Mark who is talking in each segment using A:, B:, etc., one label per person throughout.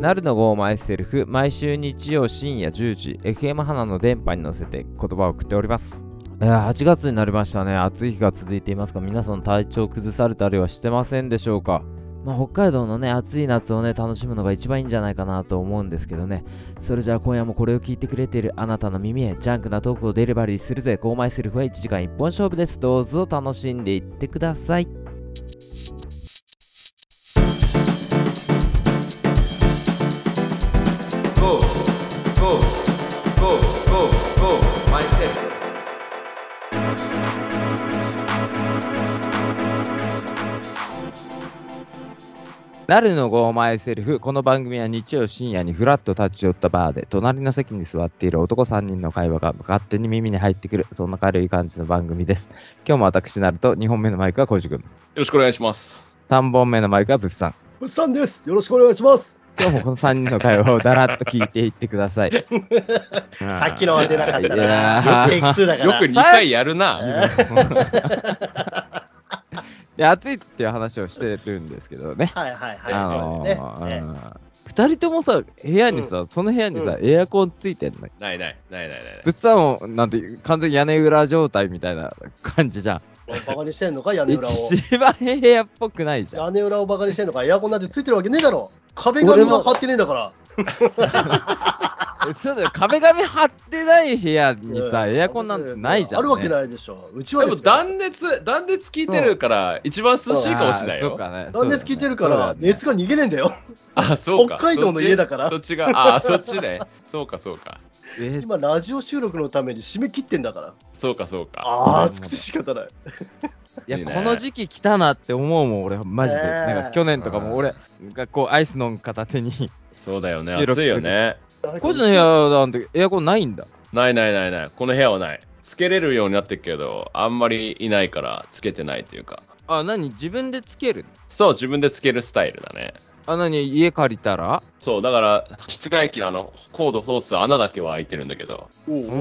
A: なるの Go MySelf 毎週日曜深夜10時 FM 花の電波に乗せて言葉を送っておりますえー8月になりましたね暑い日が続いていますが皆さん体調崩されたりはしてませんでしょうかまあ、北海道のね暑い夏をね楽しむのが一番いいんじゃないかなと思うんですけどねそれじゃあ今夜もこれを聞いてくれているあなたの耳へジャンクなトークをデリバリーするぜ購買するフは1時間1本勝負ですどうぞ楽しんでいってくださいなるのゴーマイセルフ。この番組は日曜深夜にふらっと立ち寄ったバーで、隣の席に座っている男3人の会話が勝手に耳に入ってくる、そんな軽い感じの番組です。今日も私なると、2本目のマイクは小路君、
B: よろしくお願いします。
A: 3本目のマイクはブッさん。
C: 物産です。よろしくお願いします。
A: 今日もこの3人の会話をだらっと聞いていってください。さ
C: さっきのは出なかったか
A: いや
C: ら
A: ー
C: な。テイク2だか
B: よ
C: ら。
B: く2回やるな。
C: えー
A: で暑いっていう話をしてるんですけどね。
C: はいはいはい。
A: あの
C: そうですね。ね
A: ー二人ともさ、部屋にさ、その部屋にさ、エアコンついてんのよ。
B: ないないないないない
A: ぶ。っさもなんて完全に屋根裏状態みたいな感じじゃん。
C: バカにしてんのか、屋根裏を。
A: 一番部屋っぽくないじゃん。
C: 屋根裏をバカにしてんのか、エアコンなんてついてるわけねえだろ。壁紙が貼ってねえんだから。
A: そうだよ、壁紙貼ってない部屋にさ、
C: うん
A: エアコンなんてないじゃん、
C: あるわけ
A: い。
C: ないでしょ。うち
B: で
C: はで
B: も
C: すよ
B: 断熱、断熱効いてるから、一番涼しいかもしれな
A: あー
B: い
A: そう
B: よ。
A: かね。
C: 断熱効いてるから、熱
A: が。
C: が逃げねえんだよ。
B: あ、そうか。
C: 北海道の家だから
B: そっちそっち が、あ、そっちね。そうか、そうか。
A: え
C: 今、ラジオ収録のために締め切ってんだから。
B: そうか、そうか。
C: あー、暑くて仕方ない。
A: いや、
B: いいね
A: この時期来たなって思うもん、俺、マジで。
C: ねえ
A: なんか去年とかも俺がこう、アイス飲ん片手に。
B: そうだよね。
A: 16
B: 暑いよね。
A: 個人の部屋なんてエアコンないんだ。
B: ないないないない。この部屋はない。つけれるようになってるけど、あんまりいないから、つけてないというか。
A: あ、何自分でつける
B: そう、自分でつけるスタイルだね。
A: あ、何家借りたら
B: そう、だから、室外機のあの、コード通す穴だけは開いてるんだけど、
C: おうおうお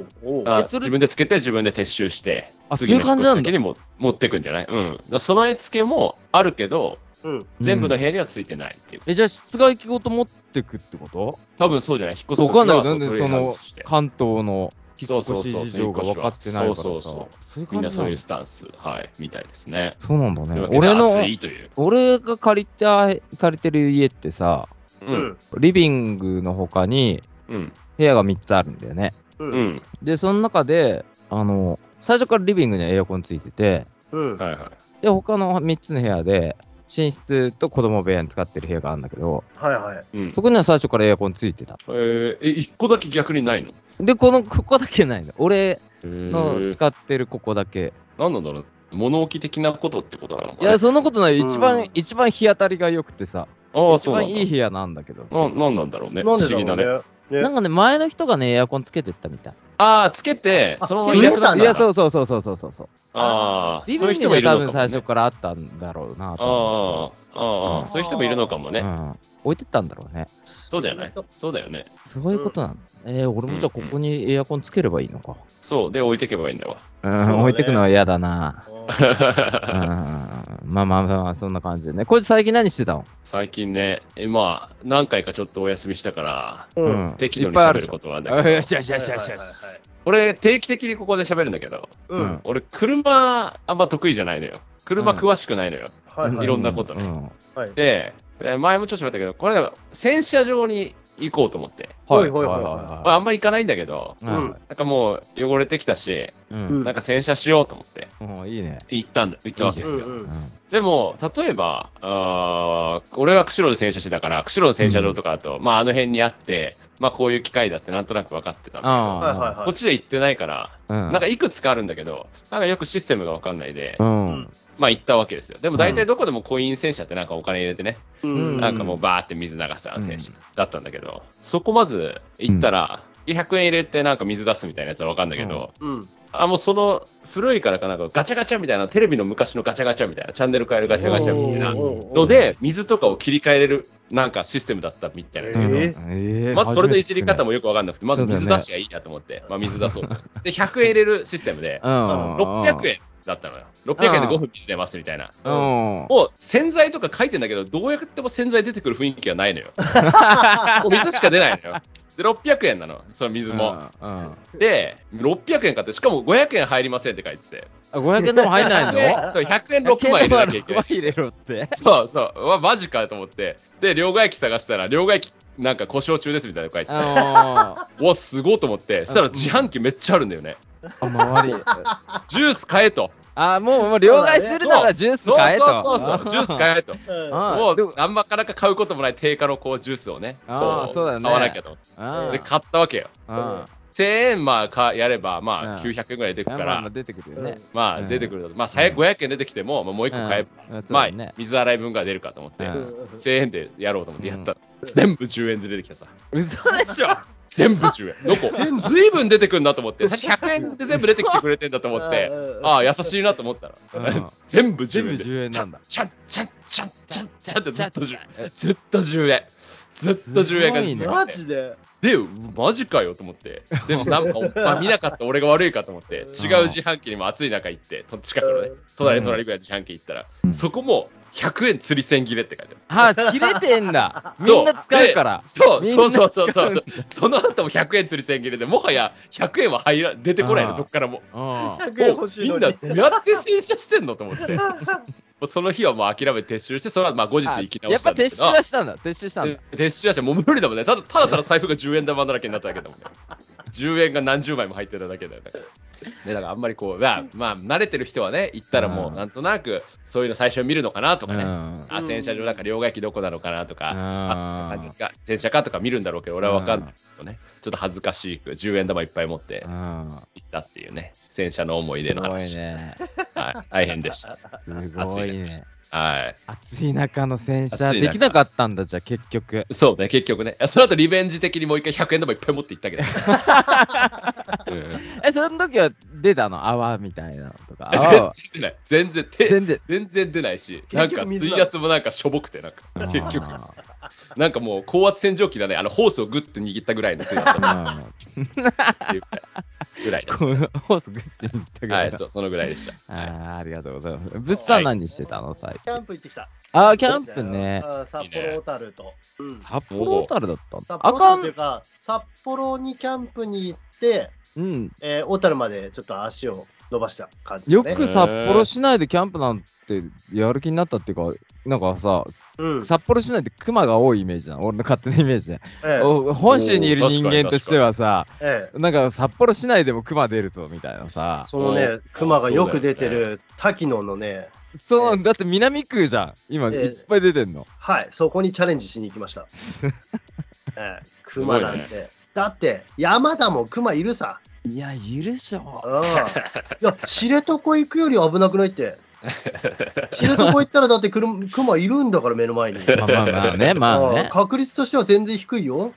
C: うおうおう
B: あ
A: えそれ
B: 自分でつけて自分で撤収して、
A: あ
B: 次の
A: そういう感じなんだ
B: 引っ越し先にも持ってくんじゃないうん。だから備え付けもあるけど、
C: うん。
B: 全部の部屋にはついてないっていう。
A: え、じゃあ室外機ごと持ってくってこと
B: 多分そうじゃない引っ越す時
A: わかん
B: は
A: ないよ。なんで
B: う
A: そ
B: 取り
A: の
B: 外して
A: 関東の引
B: そ
A: っ
B: うそう
A: 越
B: そう
A: し事情が分かってないからさ。
B: そうそう
A: う
B: そう
A: いう
B: みんなそういう
A: そ
B: スタンス、はい、みたいですね。
A: うなんだ
B: という
A: ね
B: わ。けで
A: 俺の、
B: 暑いという。
A: 俺が借りた、借りてる家ってさ、
B: う。
C: うんん。
A: リビングの他に
B: うん。
A: 部屋が3つあるんだよね。
C: う。
B: うんん。
A: で、その中で、あの、最初からリビングにはエアコンついてて、
C: うん。
B: はいはい。
A: で、他の3つの部屋で、寝室と子供部屋に使ってる部屋があるんだけど、
C: はいはい。
B: うん
A: そ。こには最初からエアコンついてた。
B: えー、え、一個だけ逆にないの
A: で、この、ここだけないの。俺の
B: えー
A: 使ってるここだけ。
B: 何なんだろう物置的なことってことなのか
A: い
B: な
A: や、そんなことない。
C: うん
A: 一番、一番日当たりが良くてさ、
B: ああ、
A: 一
B: そうな
A: 番
B: んだ。
A: いい部屋なんだけど。
B: ななんなんだろうね。不
C: なん
B: 思
C: でだ
B: 議だね。
C: ろうね。
A: なん
C: ね
A: かね、前の人がね、エアコンつけてったみたい。
B: ああ、つけて、
C: あ
B: そのまま
C: つけて
B: いなくなったん
C: あ
B: だ
A: いや、そうそうそうそうそうそうそう。
B: ああ、
A: リ
B: そういう
A: ビング
B: 人も
A: で
B: いる
A: 多
B: のかも、
A: 分
B: ね。
A: 最初からあったんだろうなと思
B: ああ、ああ、そういう人もいるのかも
A: うけ
B: ね。
A: ど。うん。置いてったんだろうね。
B: そうじゃないそうだよね。
A: そういうことなの。えー、俺もじゃあここにエアコンつければいいのか。
B: そう、で置いてけばいいんだわ。
A: うん、
C: そうだね
A: 置いてくのは嫌だな。
C: うん
A: うん。まあまあまあ、そんな感じでね。こいつ最近何してたの
B: 最近ね、えまあ、何回かちょっとお休みしたから、
C: うん。
B: 適
A: い
B: 度
A: っ
B: に
A: ぱいあるで
B: 喋る
A: しょ
B: ことはね。
A: あよしよしよしよしよし。
C: は
B: 俺、定期的にここで喋るんだけど、
C: いはいはい。
B: 俺、車、あんま得意じゃないのよ。車詳しくないのよ。
C: はいはい
B: いろんなことね
A: ううん
C: はい。
B: で、え前もちょっと喋ったけど、これ、洗車場に行こうと思って。
C: はいはいはい
B: まあ、あんま行かないんだけど、
A: いはい
B: なんかもう汚れてきたし、
A: うん。
B: なんか洗車しようと思って、
A: うん。いいね。
B: 行ったんだ、行ったわけですよ。
C: うんうん
B: でも、例えば、あー俺は釧路で洗車してたから、釧路の洗車場とかだと、まあ、あの辺にあって、まあ、こういう機械だってなんとなく分かってたんだけど
C: はいはい
A: あ
C: はい。
B: こっちで行ってないから、
A: あ。な
B: なんかいくつかあるんだけど、なんかよくシステムが分かんないで、
A: うん。
B: まあ、行ったわけですよ。でも、大体どこでもコイン洗車ってなんかお金入れてね、
C: う
A: うん
B: なんかもうバーって水流すあの選手だったんだけど、そこまず行ったら、100円入れてなんか水出すみたいなやつはわかんだけど、
C: うん。
B: あ、もうその古いからかなんかガチャガチャみたいな、テレビの昔のガチャガチャみたいな、チャンネル変えるガチャガチャみたいな
C: おー
B: ので、水とかを切り替えれるなんかシステムだったみたいなんだけど、
C: え
A: え
B: まずそれのいじり方もよくわかんなくて、まず
A: そうだよ
B: 水
A: ね
B: 出しがいいなと思って、まあ水出そうと。で、100円入れるシステムで、
A: うん。
B: 600円だったのよ。600円で5分水出ますみたいな。
A: うん。
B: もう洗剤とか書いてんだけど、どうやっても洗剤出てくる雰囲気はないのよ。もう水しか出ないのよ。で、600円なの、その水も。
A: うん。うん。
B: で、600円買って、しかも500円入りませんって書いてて。
A: あ500円でも入んないの
B: で ?100 円6枚入れなきゃいけない。
A: 入れろって。
B: そうそう。うわ、マジかと思って。で、両替機探したら、両替機なんか故障中ですみたいなの書いてて。
A: あ
B: うわ、すごいと思って。そしたら自販機めっちゃあるんだよね。
A: のー、あ周り。
B: ジュース買えと。
A: あ、もう、もう、両替するならジュース
B: そう
A: 買えと。
B: そうそうそう、ジュース買えと。
C: うん
A: あ
B: も
A: でも
B: う、あんまからか買うこともない定価のこうジュースをね、
A: あー
B: こ
A: そうだよね
B: 買わなきゃと思って。
A: うん。
B: で、買ったわけよ。
A: うん。
B: 1000円まあかやれば、
A: う
B: ま
A: ん
B: あ、900円ぐらい出てく
A: まあ
B: か
A: まあま
B: ら
A: あ、出てくるよね。
B: ま
A: う
B: あ、
A: ん
B: 出てくるだと。まあ、最悪500円出てきても、まあもう一個買えば、
A: うんうんそう
B: ま
A: だ
B: あ
A: ね、
B: 水洗い分が出るかと思って、
A: うん
B: 1000円でやろうと思ってやったら
C: うん
B: 全部10円で出てきたさ。嘘でしょ全部10円。どこ
C: 全部
B: ずいぶん出てくるなと思って、さっき100円で全部出てきてくれてんだと思って
C: うん、
B: ああ、優しいなと思ったら
A: うん、
B: 全部10
A: 全
B: 円
A: 部
B: で。
A: 10円なんだ。
B: ちゃんちゃんちゃんちゃんちゃんってずっと10円。ずっと10円。ずっと10円が出て
A: す
B: き
C: マ
B: て
C: ジで。
B: で、うマジかよと思って。でもなんか、まあ見なかった俺が悪いかと思って、違う自販機にも暑い中行って、と近くのね
C: うん、
B: 隣隣ぐらいの自販機行ったら、そこも100円釣り線切れって書いてある。
A: あ、切れてんだ。み
B: そ
A: んな使うから
B: で。そう
A: みんな
B: そうそうそうそう。その後も100円釣り線切れで、もはや100円は入ら出てこない
A: あ
B: の、
A: ー
B: どっからも。
A: うん。
C: 100円欲しい
B: み
C: の
B: ん
C: に
B: な、やって洗車してんのと 思って。もうその日はもう諦めて撤収して、その後まあ後日
A: あ
B: 行き直
A: やっ
B: した
A: ぱ
B: んだ
A: 撤収
B: けど。
A: はしたんだ。撤収したんだ。
B: 撤収はして、もう無理だもんね。ただただただ財布が10円玉だらけになっただけだもんね。10円が何十枚も入ってただけだよね。ね、だからあんまりこう、まあ、まあ、慣れてる人はね、行ったらも
A: うん
B: う、なんとなく、そういうの最初見るのかなとかね。
A: うん
B: あ、洗車場だから両替機どこなのかなとか、
A: うん
B: あ、感じですか、洗車かとか見るんだろうけど、俺はわかんないけどね。ちょっと恥ずかしく、10円玉いっぱい持って
A: うん。
B: 行ったっていうね、洗車の思い出
A: す
B: の
A: ごい
B: 話。
A: ね。
B: はい、大変でした。
A: すごいね。
B: はい。
A: 暑い中の洗車
B: 暑い中
A: できなかったんだ、じゃあ結局。
B: そうね、結局ね。その後リベンジ的にもう一回100円玉いっぱい持って行ったけど。うん
A: え、その時は出たの泡みたいなのと か。
B: 全然出ない。全然手
A: 全然
B: 全然出ないし、なん
C: 結
B: か
C: 局水だ
B: 水圧もなんかしょぼくて、なんか、結局、なんかもう高圧洗浄機だね、あのホースをグッと握ったぐらいの水圧だっ
A: あ
B: たっていうぐらい
A: ー。うん。このホースグッて言った
B: ぐ
A: ぐ
B: ら
A: ら
B: い。はいい、
A: だ。
B: そうそのぐらいでした。
A: あーありがとうございます。物産何してたの最
C: キ
A: 近。
C: ャンプ行ってきた。
A: あー、キャンプね。
C: うん。札幌小樽と。うん
A: 札幌小樽だったんだ。
C: 札
A: あか、
C: 幌というんか、札幌にキャンプに行って、
A: うん。
C: えー小樽までちょっと足を伸ばした感じ
A: よ
C: ですね。
A: く札幌市内でキャンプなんてやる気になったっていうか、なんかさ、
C: うん
A: 札幌市内って熊が多いイメージなの。俺の勝手なイメージで。
C: ええ
A: お本州にいる人間としてはさ、
C: ええ
A: なんか札幌市内でも熊出るぞみたいなさ、
C: そのね、熊がよく出てる滝野のね、
A: そのだって南区じゃん、今
C: ええ
A: いっぱい出てんの。
C: はい、そこにチャレンジしに行き ました。ええ、熊なん
B: す
C: て、だって山だもん、熊いるさ。
A: いや、いるでし
C: う
A: ょ。
C: んいや、知床行くより危なくな いって。知床行ったらだってくる熊いるんだから、目の前に。
A: まあまあまあ ね、 まあ
C: うん
A: ね。
C: 確率としては全然低いよ。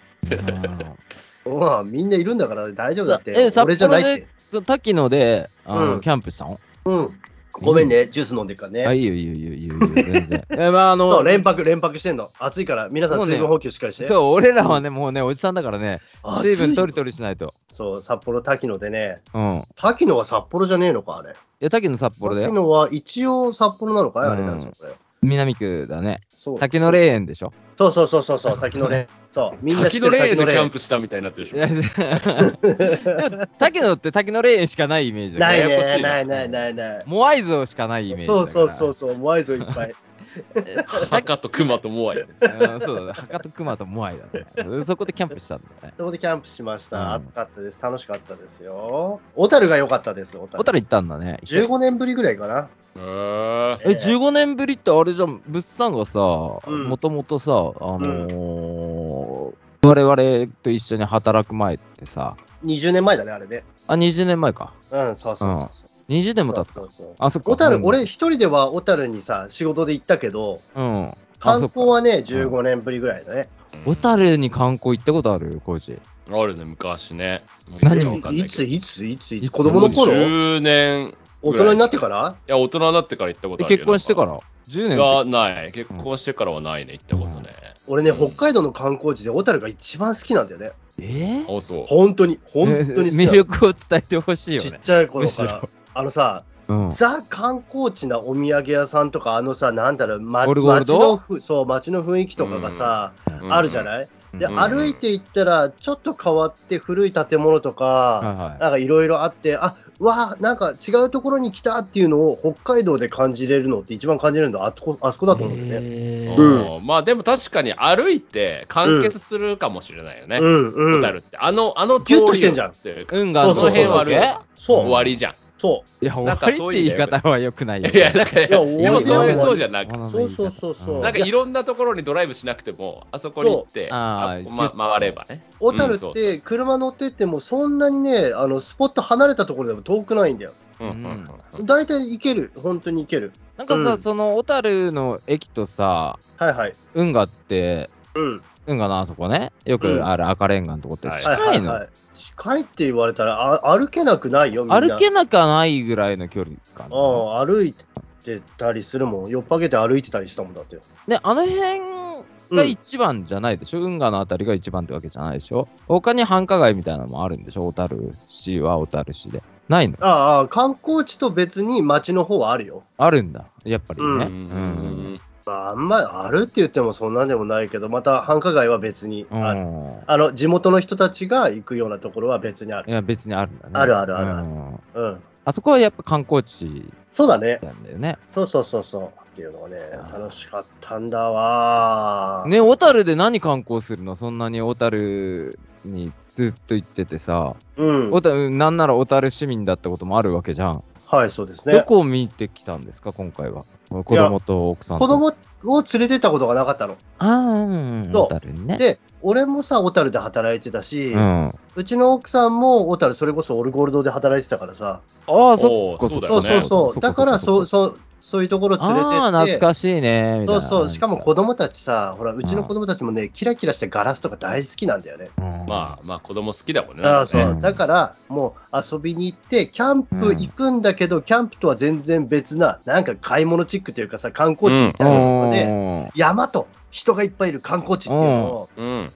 A: うん
C: うんみんないるんだから大丈夫だって。
A: え、札
C: 俺じゃな
A: 幌
C: いって
A: で。、そう滝野で、あの
C: うん
A: キャンプしたの
C: うん。ごめんね、ジュース飲んでるからね。
A: あ、いいよ、いいよ、いいよ、いいよ、全 然。え、まあ、あ
C: そう、
A: の、
C: 連泊、連泊してんの。暑いから、皆さん
A: そうね
C: 水分補給しっかりして。
A: そう、俺らはね、もうね、おじさんだからね、
C: 暑い
A: 水分とりとりしないと。
C: そう、札幌滝野でね。
A: うん。い
C: 滝野は札幌じゃねえのか、あれ。
A: や、滝野札幌だ
C: 滝
A: よ。
C: 野は一応札幌なのかいあれ
A: うん
C: なんですよ、これ。
A: 南区だね。
C: そう。
A: 滝野霊園でし ょ。
C: そうそうそうそうそう、滝野霊。 そう、みんな知
B: 滝の
C: ってる
B: レー
C: 滝
B: ン
C: 野
B: でキャン
C: 霊。
B: プしたみたいになってるで
A: い
B: しょ。
A: や、ででも滝野って滝野霊園しかないイメージだ
C: な
A: け
C: い
A: ど
B: ややこし
C: ね、
B: いな
C: ないないないない。
A: モアイ像しかないイメージだか
C: そ
A: ら。
C: うそうそうそう、モアイ像いっ ぱい。
B: 赤と熊とモアイ。
A: うんそうだね。博多熊とモアイだね。そこでキャンプしたんだね。
C: そこでキャンプしまし
A: うん
C: た。暑かったです。楽しかったですよ。小樽が良かったです、小
A: 小
C: 樽。
A: 樽行ったんだね。
C: 15年ぶりぐらいかな。
B: へー
A: え、15年ぶりってあれじゃん、物産がさ、
C: うん
A: もともとさ、あのー我々と一緒に働く前ってさ、
C: 20年前だね、あれで。
A: あ、20年前か。
C: うん、そうそうそうそう。
A: 20年も経つか。
C: そうそうそう
A: あ、そっか。
C: 小樽、
A: うん
C: 俺、一人では小樽にさ、仕事で行ったけど、
A: うん。あ
C: 観光はね、
A: そっか
C: 15年ぶりぐらいだね。
A: 小樽に観光行ったことあるコージ。
B: あるね、昔ね。
A: 何
B: もわかん
C: い
B: ないけど
C: つ、いつ、いつ、い
A: いつ
C: つ、子供の頃
B: もう10年。
C: 大人になってから
B: いや、大人になってから行ったこ
A: え
B: とあるよ
A: 結婚してから ?10
B: い
A: 年
B: や、ない。結婚してからはないね、行ったことね。
C: 俺ね、
B: うん
C: 北海道の観光地で小樽が一番好きなんだよね。
A: え
B: あ、そう。
C: 本当に、本当に好き
A: え
C: な
A: 魅
C: の
A: 力を伝えてほしいよ
C: ちっ
A: ね。
C: ちゃい頃から。あのさ、
A: うん。
C: ザ観光地なお土産屋さんとか、あのさ、なんだろう、ま、
A: オルゴール
C: 街
A: ド
C: のふそう街の雰囲気とかがさ、
A: う
C: あるじゃない、で、
B: うん
C: 歩いていったら、ちょっと変わって古い建物とか、
A: はいは
C: なんかいろいろあって、あわあ、なんか違うところに来たっていうのを北海道で感じれるのって一番感じれるのはあそこあそこだと思うんだよね。
A: へー
B: うんまあでも確かに歩いて完結するかもしれないよね、
C: うんう
B: ホタル
C: ん。
B: ってあのあの通
C: ギュッと
B: り
C: して
B: を
C: んじゃん
B: っていうか
A: 運が
B: その辺は
A: あるわ
C: そう、
B: 終わりじゃん
C: そ
A: けいや、終
B: なんか
A: わりって言い方は良くないよ。
B: いやだから
C: いや終
B: で
C: わ
B: も
C: り
A: いや
B: そういう
C: 終わり
B: そうじゃなくて
A: 物の
C: そ
A: 言いう方
C: そうそうそう。
B: なんかいろんなところにドライブしなくてもあそこに行って
A: そうあ
B: あ
A: ー
B: ま回ればね
C: 小樽
B: うん
C: っ
B: そう
C: て車乗ってってもそんなにね、あのスポット離れたところでも遠くないんだよ。
B: うんうんうん
A: うん
C: 大体行ける、本当に行ける。
A: なんかさ、
C: うん
A: その小樽の駅とさ、
C: はいはい。
A: 運河って、
C: うん。
A: 運河のあそこね、よくある赤レンガのとこって
B: はい
A: 近いの。
C: い。近いって言われたらあ歩けなくないよ、みんな。
A: 歩けなきゃないぐらいの距離かな。
C: ああ、歩いてたりするもん。酔っぱげて歩いてたりしたもんだってよ。
A: で、あの辺が一番じゃないでしょ、運河のあたりが一番ってわけじゃないでしょ他に繁華街みたいなのもあるんでしょ小樽市は小樽市で。ないの
C: ああああ、観光地と別に街の方はあるよ。
A: あるんだ。やっぱりね。
C: う
B: うん
A: うん。
C: まあ、あんまあるって言ってもそんなんでもないけど、また繁華街は別に
A: うん
C: ある。あの、地元の人たちが行くようなところは別にあ
A: い
C: る。
A: や、別にあるんだね。
C: あるあるあるある
A: うん
C: うん。
A: あそこはやっぱ観光地
C: そうだね。
A: なんだよね。
C: そうそうそうそう。っていうのがね、楽しかったんだわー。
A: ね、小樽で何観光するのそんなに小樽にずっと行っててさ、
C: うん。
A: 小樽なんなら小樽市民だったこともあるわけじゃん。
C: はい、そうです
A: ど
C: ね。
A: こを見てきたんですか、今回は。子供と奥さんと。
C: 子供を連れてったことがなかったの。
A: ああ、うんうん。
C: そう
A: 小樽にね。
C: で、俺もさ、小樽で働いてたし、
A: う。
C: うん
A: あ
C: ちの奥さんも小樽、それこそオルゴールドで働いてたからさ、
A: あ、
B: そ
A: そ
B: っ
A: っ
B: か
A: か、
B: そっか
C: そうそう
A: そ
C: そうう、だからそうそうそういうところ連れてって、
A: ああ、懐かしいね。みたい
C: そう
A: な
C: そう、しかも子供たちさ、ほら、うちの子供たちもね、キラキラしたガラスとか大好きなんだよね。
A: うん
B: まあまあ子供好きだもんね
C: あ
B: な
C: あ
B: んかね
C: そう
A: ね
C: だから、もう遊びに行って、キャンプ行くんだけど、キャンプとは全然別な、なんか買い物チックというかさ、観光地みたいなところで、
A: うん
C: 山と人がいっぱいいる観光地っていうのを、
B: うん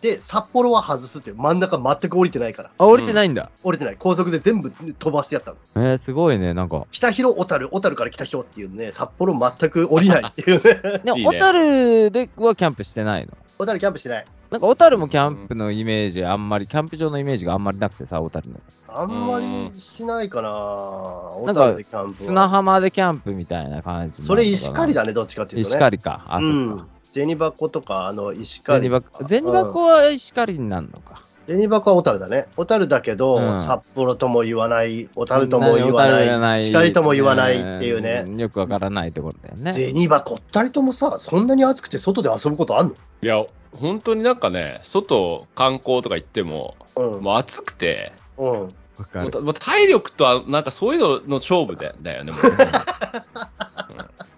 C: で、札幌は外すっていう、真ん中全く降りてないから、
A: あ、降りてないんだ。
C: 降りてない、高速で全部飛ばしてやったの。
A: えー、すごいね、なんか。、
C: 北広、小樽、小樽から北広っていうね、札幌全く降りないっていうね
A: で
B: いい
A: も、
B: ね
A: 小樽ではキャンプしてないの
C: 小樽キャンプしてない。
A: なんか小樽もキャンプのイメージあんまり、キャンプ場のイメージがあんまりなくてさ、小樽の。
C: あんまりしないかな、小
A: なん
C: 樽
A: か
C: でキャンプは。
A: 砂浜でキャンプみたいな感じ。
C: それ石狩
A: だ
C: だね、どっちかっていうとね。
A: 石狩か。あ、
C: う
A: そっ
C: ん
A: か。。
C: ゼニバコとか、あの、石
A: ゼ
C: 狩。
A: ニバコ、ゼニバコは石狩になるのか。
C: ゼニバコは小樽だね。小樽だけど、
A: うん
C: 札幌とも言わない、小樽とも言わ
A: 小樽じゃ
C: ない、石狩とも言わないっていうね。
A: んよくわからないところだよね。
C: ゼニバコ、二人ともさ、そんなに暑くて外で遊ぶことあん
B: いや本当になんかね外観光とか行っても
C: の
B: もう暑くて
C: うん。うん。
A: わか
B: もう
A: る
B: たもう体力とはなんかそういうのの勝負でだよ ねもう
A: わ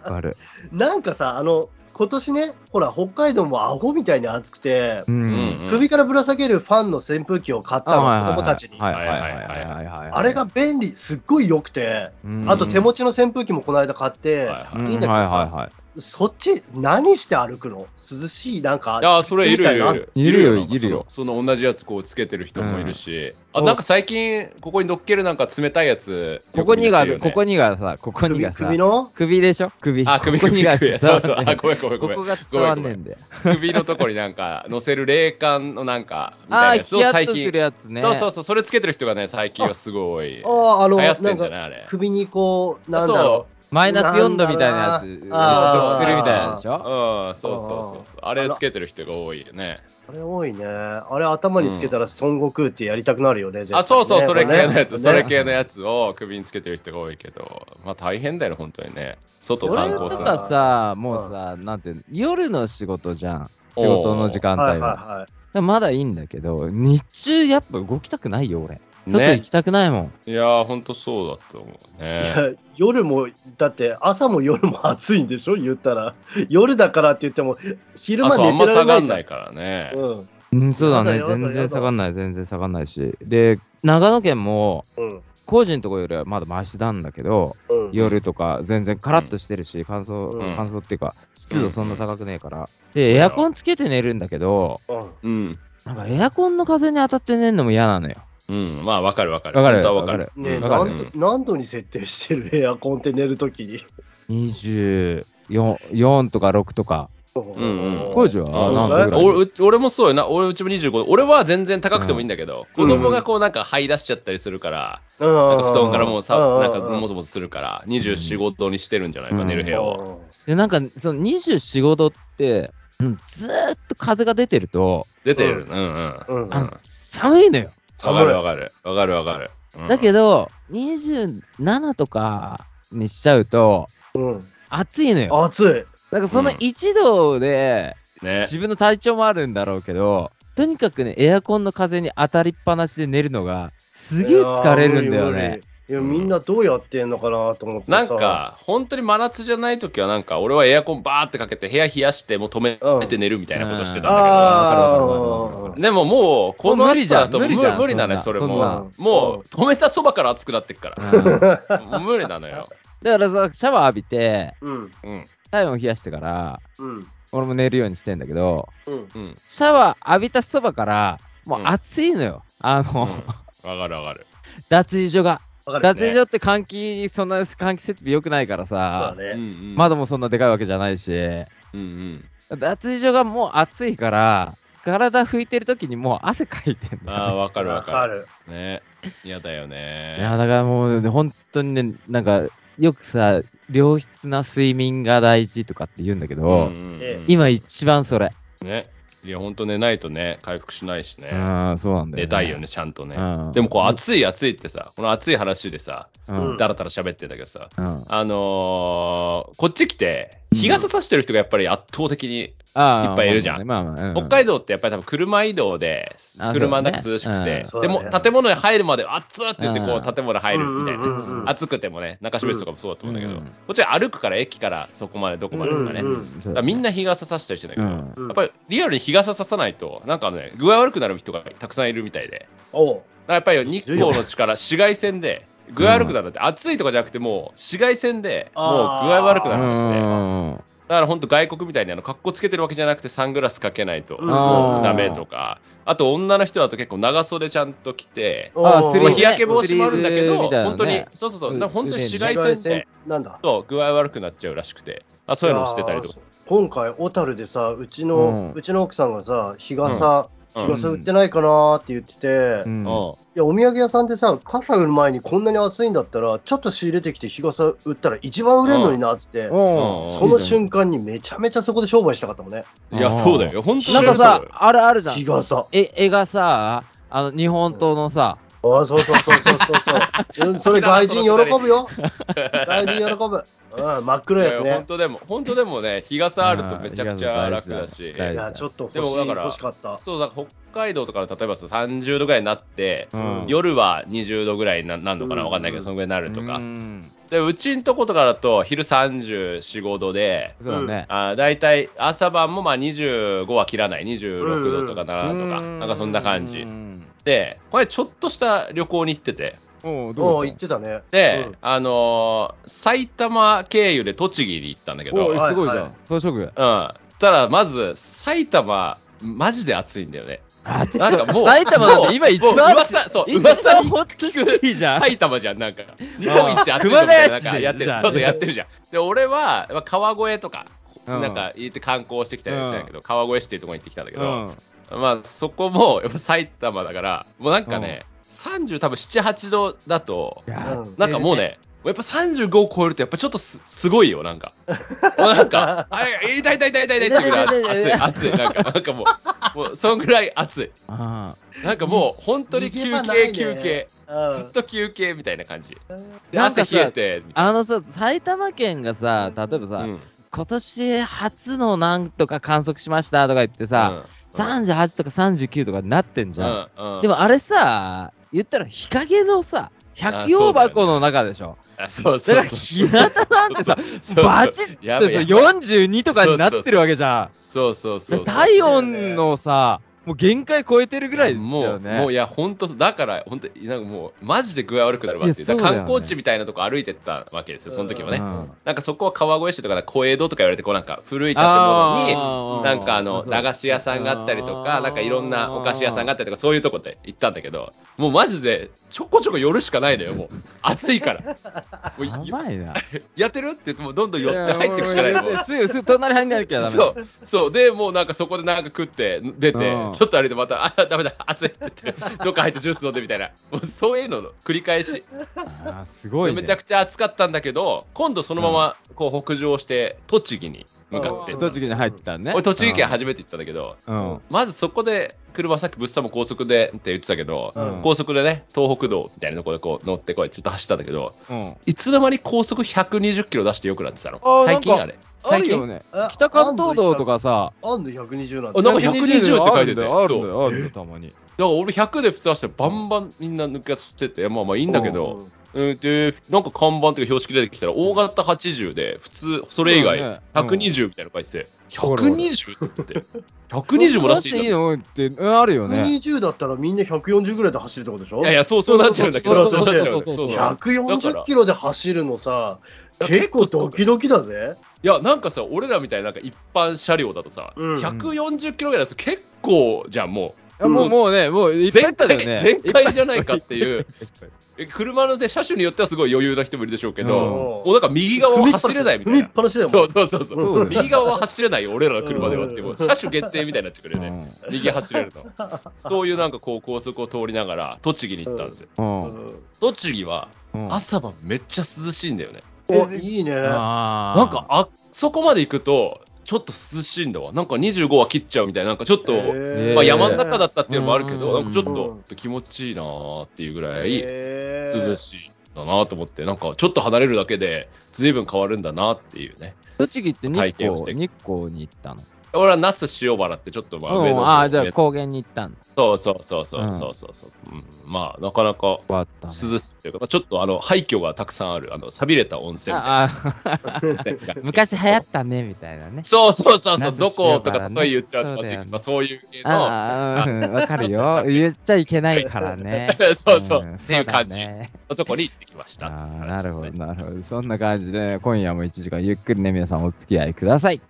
A: かる。
C: なんかさ、あの、今年ね、ほら、北海道もアホみたいに暑くて、
A: う
B: うん
A: ん。
B: うん
C: 首からぶら下げるファンの扇風機を買った
A: あ
C: の、
A: はい
C: 子供たちに。
A: はいはいはいはいはいはい。
C: あれが、便利、すっごい良くて、
A: うん
C: あと手持ちの扇風機もこの間買って、
B: はい
A: うん
B: はい
C: いんだけどさ
A: はいはいはい。
C: そっち、何して歩くの涼しい、なんか、
B: ああ、それいるい
C: みたい
B: る
A: いるよ
B: なんか
A: いるよ
B: その。その同じやつこうつけてる人もいるし、
C: うん
B: あ、なんか最近、ここに乗っけるなんか冷たいやつ、
A: ここにがある、
B: よく見
A: こ
B: る人
A: こ
B: い
A: にがさ、ここに
C: 首
A: がさ
C: 首、の
A: 首でしょ首。
B: よね。あ、首
A: ここにが
B: 首首
A: 伝
B: そ
A: わ
B: うそう。
A: んね
B: あ、
A: え
B: ごめんごめん
A: こ
B: ごめん。
A: こが伝わん
B: ご
A: ねえ
B: めんごめん
A: んだよ。
B: 首のとこにな んか乗せる冷感のなんか、み
A: あ
B: た
A: あ、
B: いなやつ
A: ヒ
B: を
A: ヤッ
B: 最
A: とす
B: 近、
A: るやつね。
B: そうそうそう、それつけてる人がね、最近はすごい。
C: ああ、あの、
B: 流行っ
C: な
B: て
C: ん
B: んじゃない
C: か、
B: あれ。
C: 首にこう、なんだろう。
A: マイナス4度みたいなやつ、するみたい
C: あ
B: ー
A: なでし
B: うん、
A: ょ
B: そうそうそうそう。あれつけてる人が多いよね。
C: あれ多いね。あれ頭につけたら孫悟空ってやりたくなるよね。絶対
B: あ、そうそう、それ系のやつ、
C: ね
B: それ系のやつを首につけてる人が多いけど、まあ大変だよね、本当にね。外観
A: 俺
B: 光
A: と
B: する
C: 俺
A: かさ、もうさ、なんていうの、夜の仕事じゃん。仕事の時間帯は。
C: はいはいは
A: でもまだいいんだけど、日中やっぱ動きたくないよ、俺。外行きたくないもん。
B: いやー、ほんとそうだと思う
C: い。い
B: ね。
C: や夜も、だって朝も夜も暑いんでしょ言ったら。夜だからって言っても、昼
B: あ
C: 間
B: そうあんま
C: 寝て
B: 下
C: られな
B: が
C: い
B: ん
C: じゃ
B: なんい。からね。
C: うん。
A: うん、そうだね。
C: やだやだ
A: 全然下がんない、全然下がんないし。で、長野県も、
C: うん。
A: 工事のところよりはまだマシなんだけど、
C: うん。
A: 夜とか全然カラッとしてるし、乾燥、
C: うん
A: 乾燥っていうか、湿度そんな高くねえから。
B: そう
A: で、
B: だ
A: エ
B: よ
A: アコンつけて寝るんだけど、
B: う
C: うん
B: ん。
A: なんかエアコンの風に当たって寝るのも嫌なのよ。
B: うん、まあ、わかるわかる。
A: わかる
B: 本当は
A: わ
B: わ
A: か
B: か
A: る
B: る。。
C: ね、
A: わかる
C: 何度何度に設定してる エアコンって寝るときに。
A: 24 4とか6とか。
B: んうん
A: これじゃあ、
B: あ
A: なん
C: だ
A: か
C: ぐ
A: ぐら
C: らい
A: い。
B: 俺うち俺もそうよな、俺うちも25、俺は全然高くてもいいんだけど、
C: う
B: 子
C: ん
B: 供がこうなんか這い出しちゃったりするから、
C: うん
B: なんか布団からもうさ、なんかも
C: そ
B: そもそするから、24、5度にしてるんじゃないか、
A: うん
B: 寝る部屋を。
A: で、なんか、その24、5度って、うんずーっと風が出てると、
B: 出てる。うんうん。
C: うんうん
A: あの寒いのよ。
B: わかるわかる。わかるわかる。うん
A: だけど、27とかにしちゃうと、
C: うん。
A: 暑いのよ。
C: 暑
A: なんかその
B: うん
A: 1度で、
B: ね。
A: 自分の体調もあるんだろうけど、とにかくね、エアコンの風に当たりっぱなしで寝るのが、
C: い。
A: すげえ疲れるんだよ
C: いやー。無
A: ね
C: 理無理。いや、みんなどうやってんのかなと思ってさ
B: なん、か、本当に真夏じゃない時は、なんか、俺はエアコンバーってかけて、部屋冷やして、もう止めて寝るみたいなことしてたんだ
C: あ
A: わかるわかるわか
C: ー
B: けど、でももう、この暑さだと
A: もう無
B: 無
A: 理じゃん
B: 無理だ
A: 無理
B: ね、
A: じゃん
B: それ
A: そんな
B: も。もう、止めたそばから暑くなってっ か。
A: うんだから
B: 無理なのよ。
A: らさ、シャワー浴びて、
C: うん、
B: うん。
A: 体温冷やしてから、
C: うん、
A: 俺も寝るようにしてんだけど、
C: うん。
B: うん。
A: シャワー浴びたそばから、もう暑いのよ。あの、
B: わかるわかる。
A: 脱衣所が。
C: わか
A: 脱
C: る、ね。
A: 衣所って換気、そんな換気設備良くないから
C: そうだ
A: さ、
B: うん
C: ね。
B: うん
A: 窓もそんなでかいわけじゃないし、
B: うんうん。
A: 脱衣所がもう暑いから、体拭いてる時にもう汗かいてんだ。
B: ああ、わかるわ
C: わ
B: か
C: か
B: る。
C: る。
B: ね。嫌だ
A: い
B: よ
A: や、
B: ね。
A: だからもう、本当にね、なんか、よくさ、良質な睡眠が大事とかって言うんだけ
B: うん
A: ど、
B: うん
C: え
B: うん
A: 今一番それ。
B: ね。いや、本当寝ないとね、回復しないしね。
A: ああ、そうなんだよ、
B: 寝たいよね、。ちゃんとね
A: うん。
B: でもこう、暑い暑いってさ、この暑い話でさ、
A: うん。
B: だらだら喋ってたけどさ、
A: うん
B: あのーこっち来て、日傘さしてる人がやっぱり圧倒的に、
A: あー
B: いっぱいいるじゃん
A: まあまあね、まあまあ、
B: 北海道ってやっぱり多分車移動で
A: あ、
B: 車の中涼しくて、
C: そう
B: で
C: だね
B: も
C: うん
B: 建物に入るまで暑って言って、こ
A: うん
B: う建物に入るみたいな
C: うんうんうんう
B: ね。
C: ん
B: 暑くてもね、中標津とかもそうだと思うんだけ
A: う
B: ど
A: ん、
B: こっちは歩くから駅からそこまでどこまでとかね。
C: うんうん
B: だからみんな日傘さしたりしてんだけど、
A: うん
B: やっぱりリアルに日傘ささないと、なんかね、具合悪くなる人がたくさんいるみたいで、
C: おう。
B: だからやっぱり日光の力、紫外線で、具合悪くなるって、暑いとかじゃなくて、もう紫外線で、もう具
C: あー
B: 合悪く
A: う
B: なるんですね。
A: んうん
B: だから本当、外国みたいにあの格好つけてるわけじゃなくて、サングラスかけないと
C: うん
B: ダメとか、あと女の人だと結構長袖ちゃんと着て、
C: おう
A: あースリー
B: ま
A: ブ
B: あ
A: ね
B: 日焼け防止もあるんだけ
A: スリーブ
B: ど、
A: みたいなね
B: 本当に、そうそうそう、だから本当に紫外線で、
C: なんだ。
B: そう具合悪くなっちゃうらしくて、まあ、そういうのをしてたりとか
C: い。やー。今回、小樽でさ、うちの、
A: うん
C: うちの奥さんがさ、日傘、
B: うん
C: 日傘売ってないかなーって言ってて、
A: う
C: い
A: ん
B: うん
C: や、お土産屋さんでさ、傘売る前にこんなに暑いんだったら、ちょっと仕入れてきて日傘売ったら一番売れんのになっつって、
A: うん
C: その瞬間にめちゃめちゃそこで商売したかったもんね。
B: いや、そうだよ。本当に
A: なんか
B: そうだ
A: さ
B: よ、
A: あれあるじゃん
C: 日。傘。
A: え、絵がさ、あの、日本刀のさ、
C: ああ、そうそうそうそうそ うそう。うんそれ外人喜ぶよ。外人喜ぶ。うん、真っ黒いやつ
B: いや
C: ね
B: 本。当でも、本当でもね、日傘あるとめちゃくちゃ楽だ
A: うん日、
B: し
A: 傘大
C: い
A: 事
C: や、ちょっと
B: で
C: 欲し
B: も
C: い
B: だから
C: 欲しかった。
B: そうだ、北海道とかで例えばさ30度ぐらいになって、
A: うん
B: 夜は20度ぐらいにななんのかな、
C: うん
B: わかんないけど、そのぐらいになるとか、
A: うん
B: でうちんとことかだと、昼34、5度で、
A: そうだね。
B: あー大体朝晩もまあ25は切らない、26度とか7度とか、なんかそんな感じ
A: う。ん
B: で、これちょっとした旅行に行ってて、
A: おうど
C: お
A: う
C: う
A: だ
C: 言
A: っ
C: ってたね。
B: で、
C: うん
B: あのー埼玉経由で栃木に行ったんだけ
A: たお
B: ど、
A: うすごいじゃ
C: はい
A: ん。装飾部。
B: うん。たら、まず、埼玉、マジで暑いんだよね。
A: 暑
B: なんかも う、
A: 埼玉なん
B: も
A: て
B: う
A: 今一番
B: もう噂、そう、噂に
A: ほんと低いじゃん。
B: 埼玉じゃん、なんか。日本一暑いと
A: 熊
B: こみたい
A: 谷
B: な、なん
A: 市
B: か
A: で
B: やって
A: じ
B: る
A: ゃ、あ
B: ちょっとやってるじゃん。で、俺は、まあ川越とか、
A: うん
B: なんか行って観光してきたりしたんだけど、川越市っていうところに行ってきたんだけ
A: う
B: ど
A: ん、
B: まあ、そこも、やっぱ埼玉だから、もうなんかね、30多分7、8度だと、
A: やってるね
B: なんかもうね、やっぱ35を超えると、やっぱちょっとすすごいよ、なんか。もうなんか、 あい痛い痛い痛い痛い痛いっていうぐらい暑い、暑い、なんか、なんかもう、もう、そんぐらい暑い。
A: あ
B: なんかもう、本当に 休
C: 逃げ場ない
B: 憩、
C: ね
B: 休憩、
C: うん
B: ずっと休憩みたいな感じ。で、
A: なん
B: 汗
A: かさ
B: 冷えて、
A: ああのさ、埼玉県がさ、例えばさ、
B: うん
A: 今年初のなんとか観測しましたとか言ってさ、、38とか39とかなってんじ
B: う
A: ゃん。
B: ん、うん、うん
A: で、もあれさ、言ったら日陰のさ、
B: あ
A: 百
B: そ
A: 葉
B: うだよね
A: 箱の中でしょ。
B: あそう
A: だ
B: そ
A: から
B: うそう。
A: 日向なんてさ
B: そうそ、う
A: バチッて
B: や
A: さ
B: ばいやばい
A: 42とかになってるわけじゃん。
B: そうそうそうそう。
A: 体温のさ、もう限界超えてるぐらいです
B: も
A: よ
B: う、
A: ね。
B: もういや、本当だから、本当なんかもう、マジで具合悪くなるわっていう。
A: いや
B: だから
A: そうだよね
B: 観光地みたいなとこ歩いてったわけですよ、その時はね。
A: うん
B: なんかそこは川越市とか、小江戸とか言われて、こうなんか古い建物に、
A: あー
B: なんかあの、
A: そう
B: 駄菓子屋さんがあったりと
A: あ
B: か、
A: ー
B: なんかいろんなお菓子屋さんがあったりとか、そういうとこって行ったんだけど、もうマジで、ちょこちょこ寄るしかないのよ、もう。暑 いから。もうい
A: やばいな。
B: やってるって言って、もうどんどん寄って入っていくしかないの。もう
A: すぐ、すぐ隣入んなきゃダメ。
B: そう、そう、で、もうなんかそこでなんか食って、出て、
A: うん
B: ちょっと歩いてまた、あ、ダメだ、暑いって 言って、どっか入ってジュース飲んでみたいな、もうそういうのの繰り返し、
A: あーすごい、ね。
B: めちゃくちゃ暑かったんだけど、今度そのままこう北上して、栃木に向かって、
C: ゃ
A: 栃木に入ってたね。
B: 俺、栃木県初めて行ったんだけど、
A: うん。
B: まずそこで、車さっき物産も高速でって言ってたけど、
A: うん
B: 高速でね、東北道みたいなとこでこう乗ってこいってちょっと走ったんだけど、
A: うん。
B: いつの間に高速120キロ出してよくなってたの
A: あー。
B: 最近
A: なんか
B: あれ。
A: あ
B: 最
A: るよ
B: 近。
A: ね。
C: あ
A: 北関東道と。かさ、
C: あんの120なん
B: あ
C: て。
B: なんか120って書い
A: あるん
B: てて
A: だよ、あるん
B: そう
A: だよ、あるんだよたまに。
B: だから俺100で普通走ってバンバンみんな抜かしてて、まあまあいいんだけど、うん、で、なんか看板というか標識出てきたら、大型80で、普通、それ以
A: そうね
B: 外、120みたいなの書いてて、120って、120も出してい
A: い
B: い
A: い
B: んだ
A: のって、うんあるよね。
C: 120だったらみんな140ぐらいで走るってことでしょ
B: いやいや、そう、そうなっちゃうんだけど、
A: そ
B: そうう
A: そ
B: な
A: う
B: っ
A: そう
B: ち
A: そう
B: ゃうんだけど、そうそうだから
C: 140キロで走るのさ、結構ドキドキだぜ。
B: いや、なんかさ、俺らみたいななんか一般車両だとさ、
C: うん
B: 140キロぐらいだと結構じゃん、も
A: いやもう、もうね、もういっ
B: う、
A: ぱい行っ
B: 全
A: た
B: 開
A: よね。
B: 全開じゃないかっていう、え車ので車種によってはすごい余裕な人もいるでしょうけど、
C: うん
B: もうなんか右側を走れないみたい
C: 踏み
B: な
C: っ。ぱなしだよ。
B: そうそうそうそう
A: そうだよ
B: 右側は走れないよ、俺らの車ではって、
C: うん
B: もう車種限定みたいになってくるよね、右走れる と、そういうなんかこう高速を通りながら、栃木に行ったんですよ、
A: うん。うん
C: う
B: 栃木は
A: うん
B: 朝晩めっちゃ涼しいんだよね、
C: ん。お、いいね。
A: あー
B: なんかあそこまで行くと、ちょっと涼しいんだわ、なんか25は切っちゃうみたいな、なんかちょっと、
C: へー
B: まあ、山の中だったっていうのもあるけど、
A: うん
B: なんかちょっと気持ちいいなーっていうぐらい
C: へー
B: 涼しい。だなと思ってなんかちょっと離れるだけで随分変わるんだなっていうね
A: 栃木って日
B: 体験をして
A: 光、日光に行ったの。
B: 俺は那須塩原ってちょっとまあ
A: う
B: 上の
A: ん、
B: 方
A: あーじゃあ
B: 上
A: 高原に行ったんだ。
B: そうそうそうそうそうそうそう、うんまあなかなか
A: 終わったね。
B: 涼しいというか、まあちょっとあの廃墟がたくさんあるあの錆びれた温泉み
A: ああー
B: たいな
A: 昔流行ったね、みたいなね。
B: そうそうそうそ
A: 夏
B: うどこと
A: 塩
B: か
A: 原ね
B: 例え言っちゃうと
A: そう
B: か
A: だよね
B: まあそういう系の。
A: ああ、うんわかるよ。言っちゃいけないからね
B: そうそうんっていう感じ
A: そだね
B: とこに行ってきました
A: あーなるほど、
B: ね
A: なるほど。そんな感じで、今夜も1時間ゆっくりね、皆さんお付き合いください。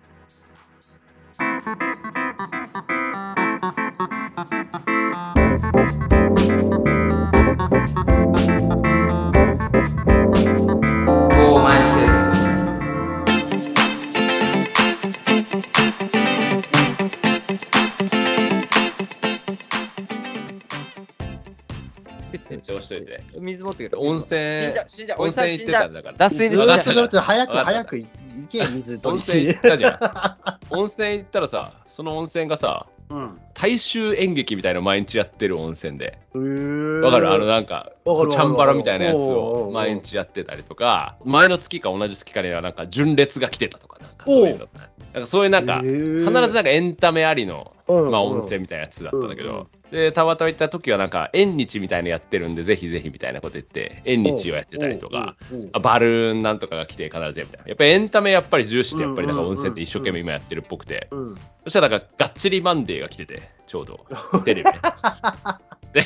B: 延長しといて
A: 水持ってく
B: 温泉
A: 死んじゃう
B: 温泉行ってたんだから
A: 脱水で
C: ず
A: 死ん
B: わ
A: じ
B: か
A: ゃ
C: ー
A: う
B: た
C: っとずっと早く
B: わかった
C: 早く行け、水
B: 温
C: 取
B: 泉
C: り
B: 行ったじゃん温泉行ったらさその温泉がさ
C: うん。
B: 大衆演劇みたいなの毎日やってる温泉でわ
C: わ
B: かるあのなんか、
C: わかるわかる
B: チャンバラみたいなやつ
C: おうおうお
B: を
C: う
B: 毎日やってたりとか、前の月か同じ月かにはなんか純烈が来てたとか、なんかそういうの。なんかそういうなんか、
C: へー
B: 必ずなんかエンタメありの、
C: うん
B: まあ温泉みたいなやつだったんだけ
C: うんうん
B: ど、で、たまたま行った時はなんか、縁日みたいなのやってるんで、ぜひぜひみたいなこと言って、縁日をやってたりとか、
C: おうおうおう
B: あバルーンなんとかが来て必ずやみたいな。やっぱりエンタメやっぱり重視で、やっぱりなんか温泉って一生懸命今やってるっぽくて、
C: うん。
B: そしたらなんか、がっちりマンデーが来てて、ちょうど、テレビ で。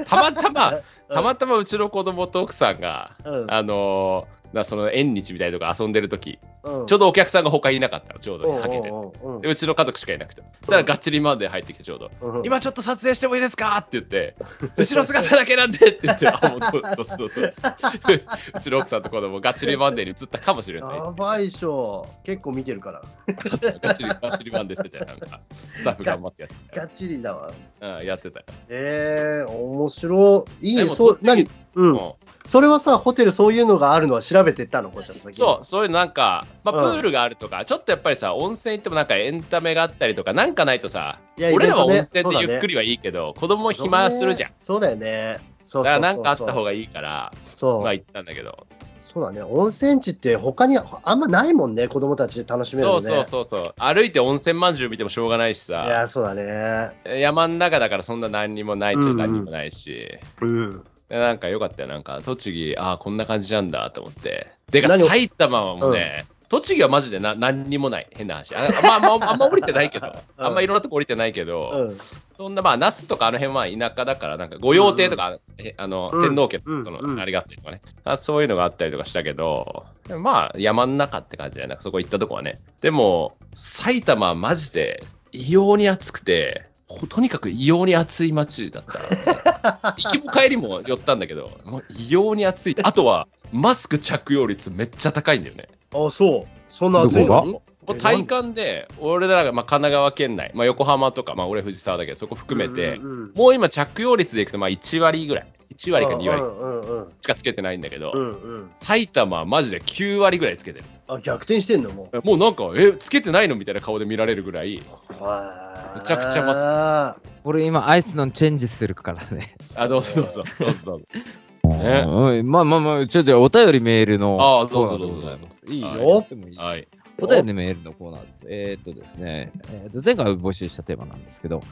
B: で、たまたま、たまたまうちの子供と奥さんが、
C: うん
B: あのーなその縁日みたいなとか遊んでる時
C: うん
B: ちょうどお客さんが他いなかったの、ちょうどね、はけて。
C: うん
B: でうちの家族しかいなくて。そしたら、がっちりマンデー入ってきて、ちょうど、
C: うん
B: 今ちょっと撮影してもいいですかって言 って、後ろ姿だけなんでって言って、あ、もう、そうそうそう。 うちの奥さんと子供、がっちりマンデーに移ったかもしれ ない。
C: やばいっしょ。結構見てるから。
B: がっちり、がっちりマンデーしてたよ、なんか。スタッフ頑張ってやってたよ
C: がっちりだわ。
B: うん、やってたよ。
C: えー、面白い。いい
B: で
C: ね。
B: も
C: そう
B: 栃、木
C: 何う
B: うん
C: ん。それはさ、ホテルそういうのがあるのは調べてったのこっちは先に
B: そう、そういうなんか、まあ、
C: うん
B: プールがあるとか、ちょっとやっぱりさ、温泉行ってもなんかエンタメがあったりとか、なんかないとさ、
C: いや
B: 俺らは
C: イベントね
B: 温泉でゆっくりはいいけど、子供も暇するじゃん。
C: そうだよね。そ
B: だか
C: うそ
B: ら
C: う
B: なんかあった方
C: が
B: がいいから、
C: そう
B: まあ行ったんだけど、
C: そうだね。温泉地って他にあんまないもんね。子供たちで楽しめる
B: そ
C: の
B: う
C: ね。
B: そうそうそう、歩いて温泉まんじゅう見てもしょうがないし
C: い
B: さ、
C: や、そうだね。
B: 山の中だからそんな何にもないっち
C: うん
B: ゃ
C: うん
B: 何にもないし、
C: うん。
B: でなんかよかったよ、なんか栃木、ああ、こんな感じなんだと思って。でか、
C: 何を
B: 埼玉はもうね、栃木はマジでな何にもない。変な話。あまあ、まあ、あんま降りてないけど。
C: うん
B: あんまいろんなとこ降りてないけど、
C: うん。
B: そんな、まあ、那須とかあの辺は田舎だから、なんか御用邸とか、えあの、
C: うん
B: 天皇家と
C: うんうん
B: のあれがあったりとかね、あ。そういうのがあったりとかしたけど、でもまあ、山の中って感じだよね。そこ行ったとこはね。でも、埼玉はマジで異様に暑くて、ほとにかく異様に暑い街だ った。行きも帰りも寄ったんだけど、もう異様に暑い。あとは、マスク着用率めっちゃ高いんだよね。
C: あ、そう。そんな暑いのに
B: もう体感で、俺らがまあ神奈川県内、まあ、横浜とか、まあ、俺藤沢だけど、そこ含めて、
C: うんうんうん
B: もう今、着用率でいくとまあ1割ぐらい、1割か2
C: う
B: 割
C: んうんうん
B: しかつけてないんだけど、
C: うんうん。
B: 埼玉はマジで9割ぐらいつけてる。
C: あ、逆転してんのもう。
B: もうなんか、え、つけてないのみたいな顔で見られるぐらい、
C: め
B: めちゃくちゃマス
C: ス
A: 俺今アイスのチェンジするからね。
B: あ、どうぞどうぞ、どうぞどうぞ。ね
A: うんまあまあまあ、ちょっとお便りメールの。
B: ああどうぞどうぞどうぞ
A: いいよ。
C: はい
A: やってもいい
B: はい。
A: お便りメールのコーナーです。えーっとですね、えーっと前回募集したテーマなんですけど、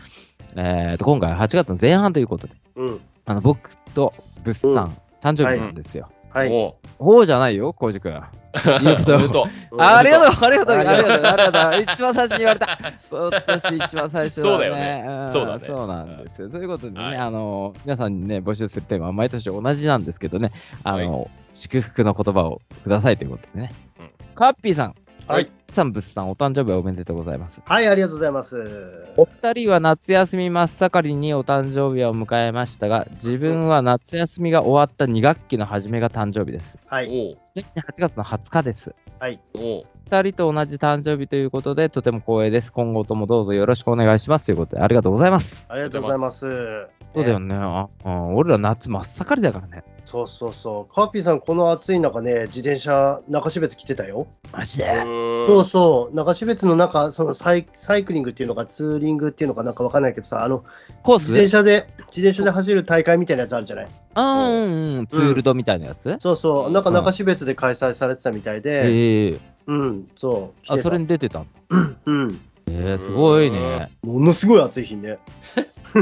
A: えーっと今回8月の前半ということで、
C: うん。
A: あの僕と物
C: うん
A: 産、誕生日なんですよ。
C: はい。
B: もう、
A: ほうじゃないよ、浩司 君。あ
B: おめでとう。
A: ありがとう、ありがとう、
C: あ
A: あ
C: り
A: り
C: が
A: が
C: と
A: とう、ありがとう。一番最初に言われた。今年一番最初
B: そうだよ
A: ね
B: ね。
A: ん
B: そうだね
A: そうなんですよ。ということでね、
B: はい
A: あの、皆さんにね、募集するテーマは毎年同じなんですけどね、あの、祝福の言葉をくださいということでね。
B: うん
A: カッピーさん、
C: はい。
A: さん、物産、お誕生日おめでとうございます。
C: はい、ありがとうございます。
A: お二人は夏休み真っ盛りにお誕生日を迎えましたが、自分は夏休みが終わった2学期の初めが誕生日です。
C: はい。
B: おう
A: 8月の20日です。
C: はい。
B: おう
A: 二人と同じ誕生日ということで、とても光栄です。今後ともどうぞよろしくお願いします。ということで、ありがとうございます。
C: ありがとうございます。
A: そうだよね。あうん、俺ら夏真っ盛りだからね。
C: そうそうそう。カーピーさん、この暑い中ね、自転車、中標津来てたよ。
A: マジ
B: う
A: で
B: ーん
C: そうそう。中標津の中、そのサイサイクリングっていうのか、ツーリングっていうのかなんかわかんないけどさ、あの、
A: コー
C: 自転
A: ス
C: 車で、自転車で走る大会みたいなやつあるじゃない
A: あーうんうん。ツールドみたいなやつ、
C: そうそう。なんか中標津で開催されてたみたい
A: え
C: で、
A: ー
C: うん、そう。来て
A: あ、
C: た
A: それに出てたんだ。
C: うん。
A: えー、すごいね。
C: ものすごい暑い日ね。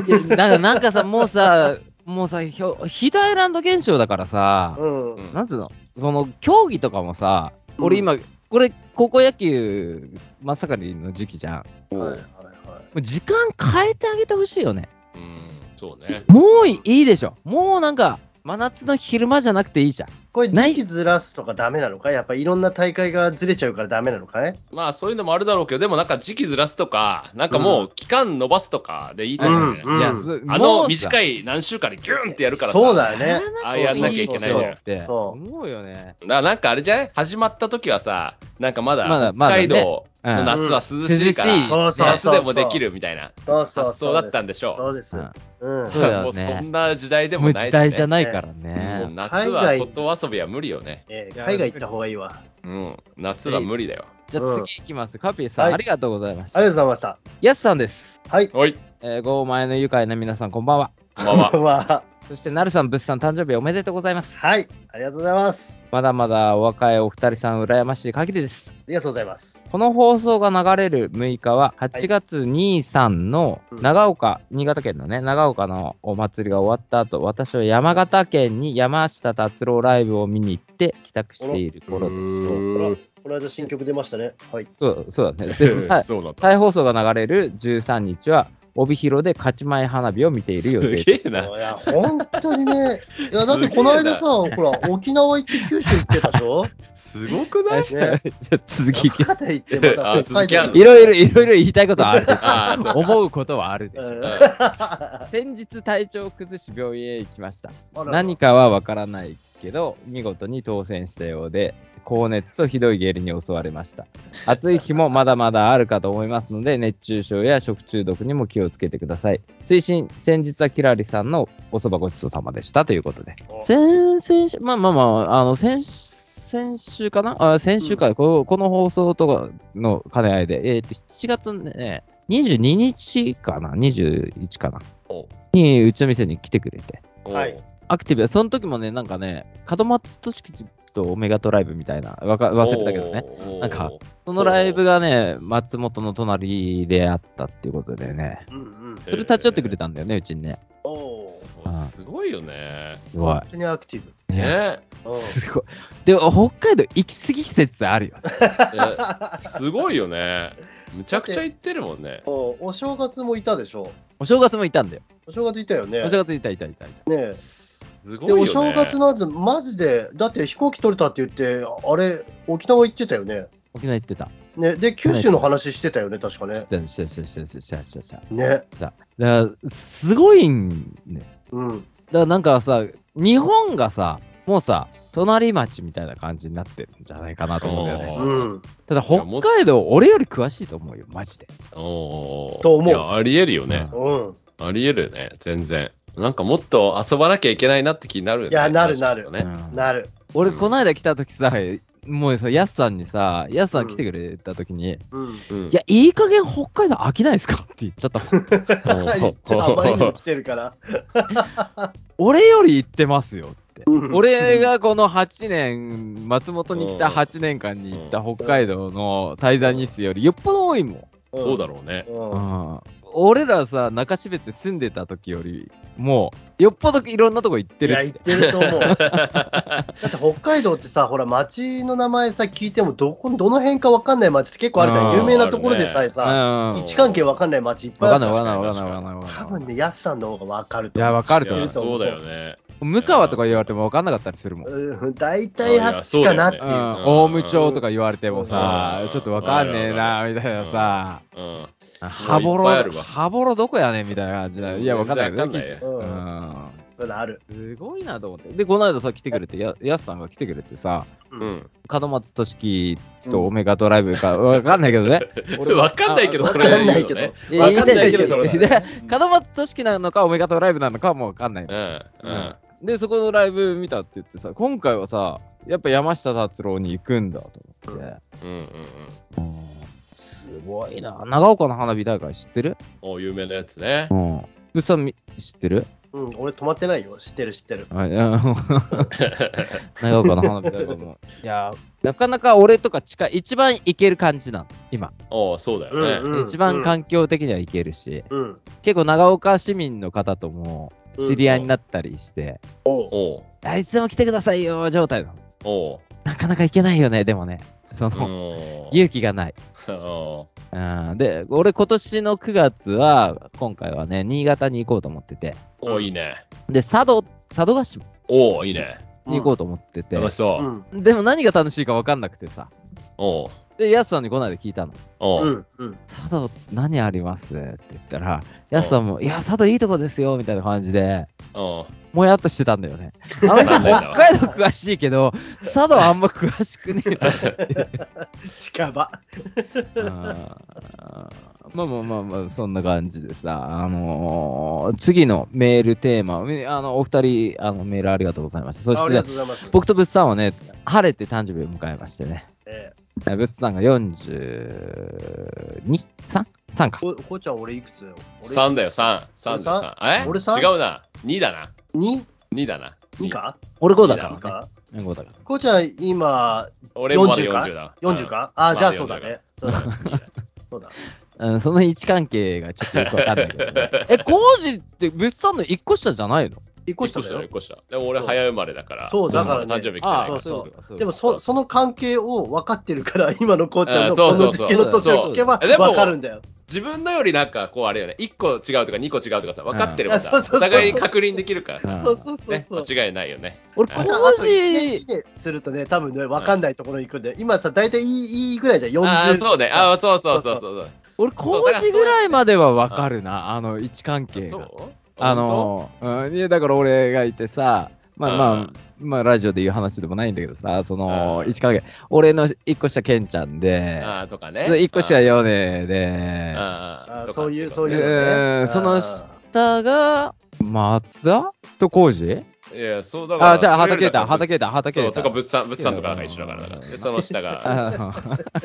A: いやなんかなんかさ、もうさ、もうさ、ひょヒートアイランド現象だからさ、
C: うん。
B: うん
A: なんつうの、その競技とかもさ、俺今、これ、高校野球真っ盛りの時期じゃん。も
C: はいはいは
A: う時間変えてあげてほしいよね。
B: うん、そうね。
A: もういいでしょ。もうなんか、真夏の昼間じゃなくていいじゃん。
C: い。これ、
A: ない
C: 時期ずらすとかダメなのかいやっぱいろんな大会がずれちゃうからダメなのかい
B: まあそういうのもあるだろうけど、でもなんか時期ずらすとか、なんかもう期間伸ばすとかでいいと思うね。
C: うん
A: いや、すも
B: あの
A: う
B: 短い何週間でギュンってやるからさ。
C: そう
B: だ。
C: だよね。
B: ああやんなきゃいけないんだよ
A: って
C: そう
A: 思うよね。
B: なんかあれじゃない始まった時はさ、なんかまだ
A: まだま
B: 北
A: だね
B: 海道の
A: うん
B: 夏は涼しいから、
A: 涼しい
C: そうそう
B: 夏
C: そう。
B: でもでき。るみたいな
C: そうそう
B: 発
C: そう。
B: 想だったんでしょ
C: そうです
A: うん。
C: うん。
A: そうだよね
B: もうそんな時代で
A: も
B: も
A: う
B: ない
A: 時
B: し、ね。
A: 代じゃないから
B: もう
A: ね。
B: 夏は外遊びは無理よね。
C: えー海外行った方がいいわ。
B: うん。夏は無理だよ。
A: じゃあ次行きます。カピーさ
C: はい
A: ん、ありがとうございまし
C: あり
A: た。
C: がとうございました。
A: ヤスさんです。
C: はい。
B: おい、
A: えー、ゴーマイの愉快な皆さん、こんばんは。
B: こんばんは。
C: は。
A: そして、なるさん、ブスさん、誕生日おめでとうございます。
C: はい。ありがとうございます。
A: まだまだお若いお二人さん、羨ましい限りです。
C: ありがとうございます。
A: この放送が流れる6日は、8月2、3の
C: うん
A: 長岡、新潟県のね、長岡のお祭りが終わった後、私は山形県に山下達郎ライブを見に行って帰宅している頃です。
B: う
C: この間新曲出ましたね。はい。
A: そうそうだね。
B: ーん
A: 再
B: そうなんだ。
A: 再放送が流れる13日は、帯広で勝ち前花火を見ている予定
B: すげえな。
C: いや、本当に ね。いや、だってこの間さ、ほら、沖縄行って九州行ってたで しょ
B: すごくない
A: じゃあ続き行き
C: 山形行ってまた
B: あ続きある
A: いろいろ、いろいろ言いたいことはある でし
B: あーそう
A: ょ。思うことはあるでしょ。
C: ろ。
A: 先日体調を崩し病院へ行きました。
C: うん
A: 何かはわからないけど、見事に当選したようで、高熱とひどい下痢に襲われました。暑い日もまだまだあるかと思いますので、熱中症や食中毒にも気をつけてください。推進、先日はキラリさんのおそばごちそうさまでしたということで。
C: お
A: 先々週、まあまあまあ、あの、先先週かなあ先週か、この、この放送とかの兼ね合いで、えっ、と、7月ね、22日かな ?21 かな
B: お
A: に、うちの店に来てくれて。
C: はい
A: アクティブだ。その時もね、なんかね、門松ととオメガトライブみたいな、わか忘れたけどね。
B: ね
A: なんか、そのライブがね、松本の隣であったっていうことでね。
C: うんうん。
A: それ立ち寄ってくれたんだよね、うちにね。
C: おー
B: そ
A: うん
B: すごいよね。
A: すごい
C: 本。当にアクティブ。
A: いや
B: ね。
C: うん
A: すごい。でも、北海道行き過ぎ説あるよね。
B: えすごいよね。むちゃくちゃ言ってるもんね。
C: おお正月もいたでしょ。
A: お正月もいたんだよ。
C: お正月いたよね。
A: お正月いたいたいたいた。
C: ね
B: すごい
C: で、
B: よね。
C: お正月のやつ、マジで、だって飛行機取れたって言って、あれ、沖縄行ってたよね。
A: 沖縄行ってた。
C: ね、で、九州の話してたよね、確か
A: し
C: ね。
A: てたしてたしてたしてたしてたしてたして
C: ね。
A: た。だから、すごいんね。
C: うん。
A: だからなんかさ、日本がさ、もうさ、隣町みたいな感じになってるんじゃないかなと思うんだよ
B: お
A: ね。
B: ー
C: うん。
A: ただ北海道、俺より詳しいと思うよ、マジで。
B: おー
C: と思う
B: いや、ありえるよね。
C: うん。
B: ありえるよね、全然。なんかもっと遊ばなきゃいけないなって気になるよね。
C: いやなるな
B: 話聞く
C: る
B: とね
A: うん
C: なる。
A: 俺、この間来た時さ、もうさ、ヤスさんにさ、ヤスさん来てくれた時に、
C: うん。
B: うん
A: い や、いい加減北海道飽きないですかって言っちゃったもん。
C: あまりにも来てる から。
A: 俺より行ってますよって。
C: うん
A: 俺がこの8年、松本に来た8年間に行った北海道の滞在日数よりよっぽど多いもん。
B: そうだろうね。
C: うん。
A: うん俺らさ、中標津住んでた時より、もう、よっぽどいろんなとこ行って
C: いや、
A: るっ
C: 行
A: て。
C: ってる と思う。だって北海道ってさ、ほら、町の名前さ、聞いても、どこ、どの辺か分かんない町って結構あるじゃ。
A: うんん
C: 有名なところでさえ
A: うん。
C: さ、
A: わ
C: 位
B: 一
C: 置関係分かんない町いっぱい
A: か
C: あ
A: ん
C: る
A: ない
C: じゃ
A: わか
C: ん
A: んないわかんないわかんないわか
C: 多
A: んない
C: 分ね、やすさんの方が分かると
A: いや、
C: 思
A: わ
C: う。
A: かると
B: い
A: 思
B: や
A: う。
B: そうだよね。
A: 向川とか言われてもわかんなかったりするもん。うん
C: うん大体あっちかなっていう
B: いやそうだよねん
A: 大務町とか言われてもさ
B: う、ん
A: ちょっとわかんねえな、みたいなさ、
B: うん。
A: ハボ
B: いっぱいある
A: ロ、
B: わ
A: ハボロどこやねんみたいな感じだ。いや、わかんないけど
B: わかんないよ
C: うん
A: うん
C: そうだある。
A: すごいなと思って。で、この間さ、来てくれて、ややすさんが来てくれてさ、
B: う。ん。
A: 門松俊樹とオメガドライブか、わかんないけど ね。俺
B: わかんないけど、
C: わ
B: そ
C: か
B: れ
C: んないけど。
B: ね
A: いや
B: わかんないけど、それ
A: で
B: だね。
A: 門松俊樹なのか、オメガトライブなのかもわかんないの、
B: うん。うん。
A: で、そこのライブ見たって言ってさ、今回はさ、やっぱ山下達郎に行くんだと思って、
B: うん。うん。うん。
A: すごいな、長岡の花火大会知ってる
B: お有名なやつね。
A: うん。うさんみ知ってる
C: うん、俺止まってないよ。知ってる知ってる。
A: あいや 長岡の花火大会も。 いや、なかなか俺とか近い、一番行ける感じなの、今。
B: おそうだよ
C: う
B: ね。
C: ん
A: 一番環境的には行けるし、
C: うん。
A: 結構長岡市民の方とも知り合いになったりして、
C: おう
B: おう
A: あいつでも来てくださいよ状態なの。
B: おう
A: なかなか行けないよね、でもね。その、
B: おう
A: 勇気がない。
B: お
A: うん、で、俺今年の9月は、今回はね、新潟に行こうと思ってて。
B: うおういいね。
A: で、佐渡、佐渡島
B: おういいね。
A: に行こうと思ってて。
B: 楽しそうう。
C: ん。
A: でも何が楽しいか分かんなくてさ。
B: おう
A: で、ヤスさんにこの間聞いたの。
B: お
C: う。
B: うん
C: うん。
A: 佐渡何ありますって言ったら、ヤスさんも、いや、佐渡いいとこですよ、みたいな感じで、
B: おう
A: もやっとしてたんだよね。あの人、
B: なんでだ
A: 北海道詳しいけど、佐渡あんま詳しくねえな。
C: 近場。
A: あーまあまあまあまあ、そんな感じでさ、あのー次のメールテーマ、みあのお二人あの、メールありがとうございました。そ
C: ああり
A: し
C: がと
A: て、
C: うございます。
A: 僕とブッツさんはね、晴れて誕生日を迎えましてね、
C: ええ
A: えーブッツさんが 42?3?3 か。
C: ここうちゃん、俺いくつよ俺
B: 3だよ、3。3だよ、3。え
C: 俺三
B: 違うな。2だな。
C: 2?
B: 2だな。
C: 2か
A: 俺5だ
B: いい
A: からね。
C: か
A: 5だから。
C: こうちゃん、今、
B: 俺もまだ
C: 40
B: 40だ
C: か。?40 か
B: うん
C: あ、じゃ
B: まだ
C: あそうだね。そうだね。そうだ。
A: うん、その位置関係がちょっとよくわかんないけど、ね。え、コージってブッツさんの1個下じゃないの
C: 引っ
B: 1
C: 越し
B: 個
C: た
B: 下
C: だ
B: だよ、
C: よ
B: 1。個下。でも俺、早生まれだから。
C: そうだからね
B: ま誕生日来て
A: あ
B: な
A: あそう
B: いから。
A: そうそう。
C: でもそ、その関係を分かってるから、 今のこうちゃん
B: う
C: の
B: んそ
C: こ
B: うそ
C: の
B: うそう
C: 時期の年を聞けば
B: そうそうそうでも
C: 分かるんだよ。
B: 自分のよりなんか、こう、あれよね。1個違うとか2個違うとかさ、分かってればさ
C: うんいやそうそうそう、
B: お互いに確認できるか
A: う
B: ら
A: ん
B: さ、
C: そうそうそう
B: ね、
C: そう。
B: 間違いないよね。
A: 俺、コ
B: あ
C: こうちゃん、あと
A: ー
C: 1
A: ジ
C: 年、1年するとね、多分ね、分かんないところに行くんで、今さ、大体いいいいぐらいじゃん、40。
B: ああ、そうね。ああ、そうそうそうそう。
A: 俺、
B: そう
A: 工事ぐらいまではわかるな、あの、位置関係
B: そ
A: が。
B: う
A: あ、の、うん、いや、だから俺がいてさ、まあ
B: う
A: ま
B: ん
A: あ、まあ、ラジオで言う話でもないんだけどさ、その、
B: うん
A: 位置関係、俺の一個下ケンちゃんで、
B: ああ、とかね。
A: で一個下
B: よ。
A: ヨネで、
B: あ
C: あ
B: あ、
C: そういう、そういう
A: え
C: のね。
A: ーその下が、松田と工事
B: う。いや、そうだから。
A: あ、じゃあ、畑
B: だ
A: だ、畑だ、畑
B: そ
A: だ。
B: う、とか、物産、物産とかが一緒だからだから。でその下が、
A: あ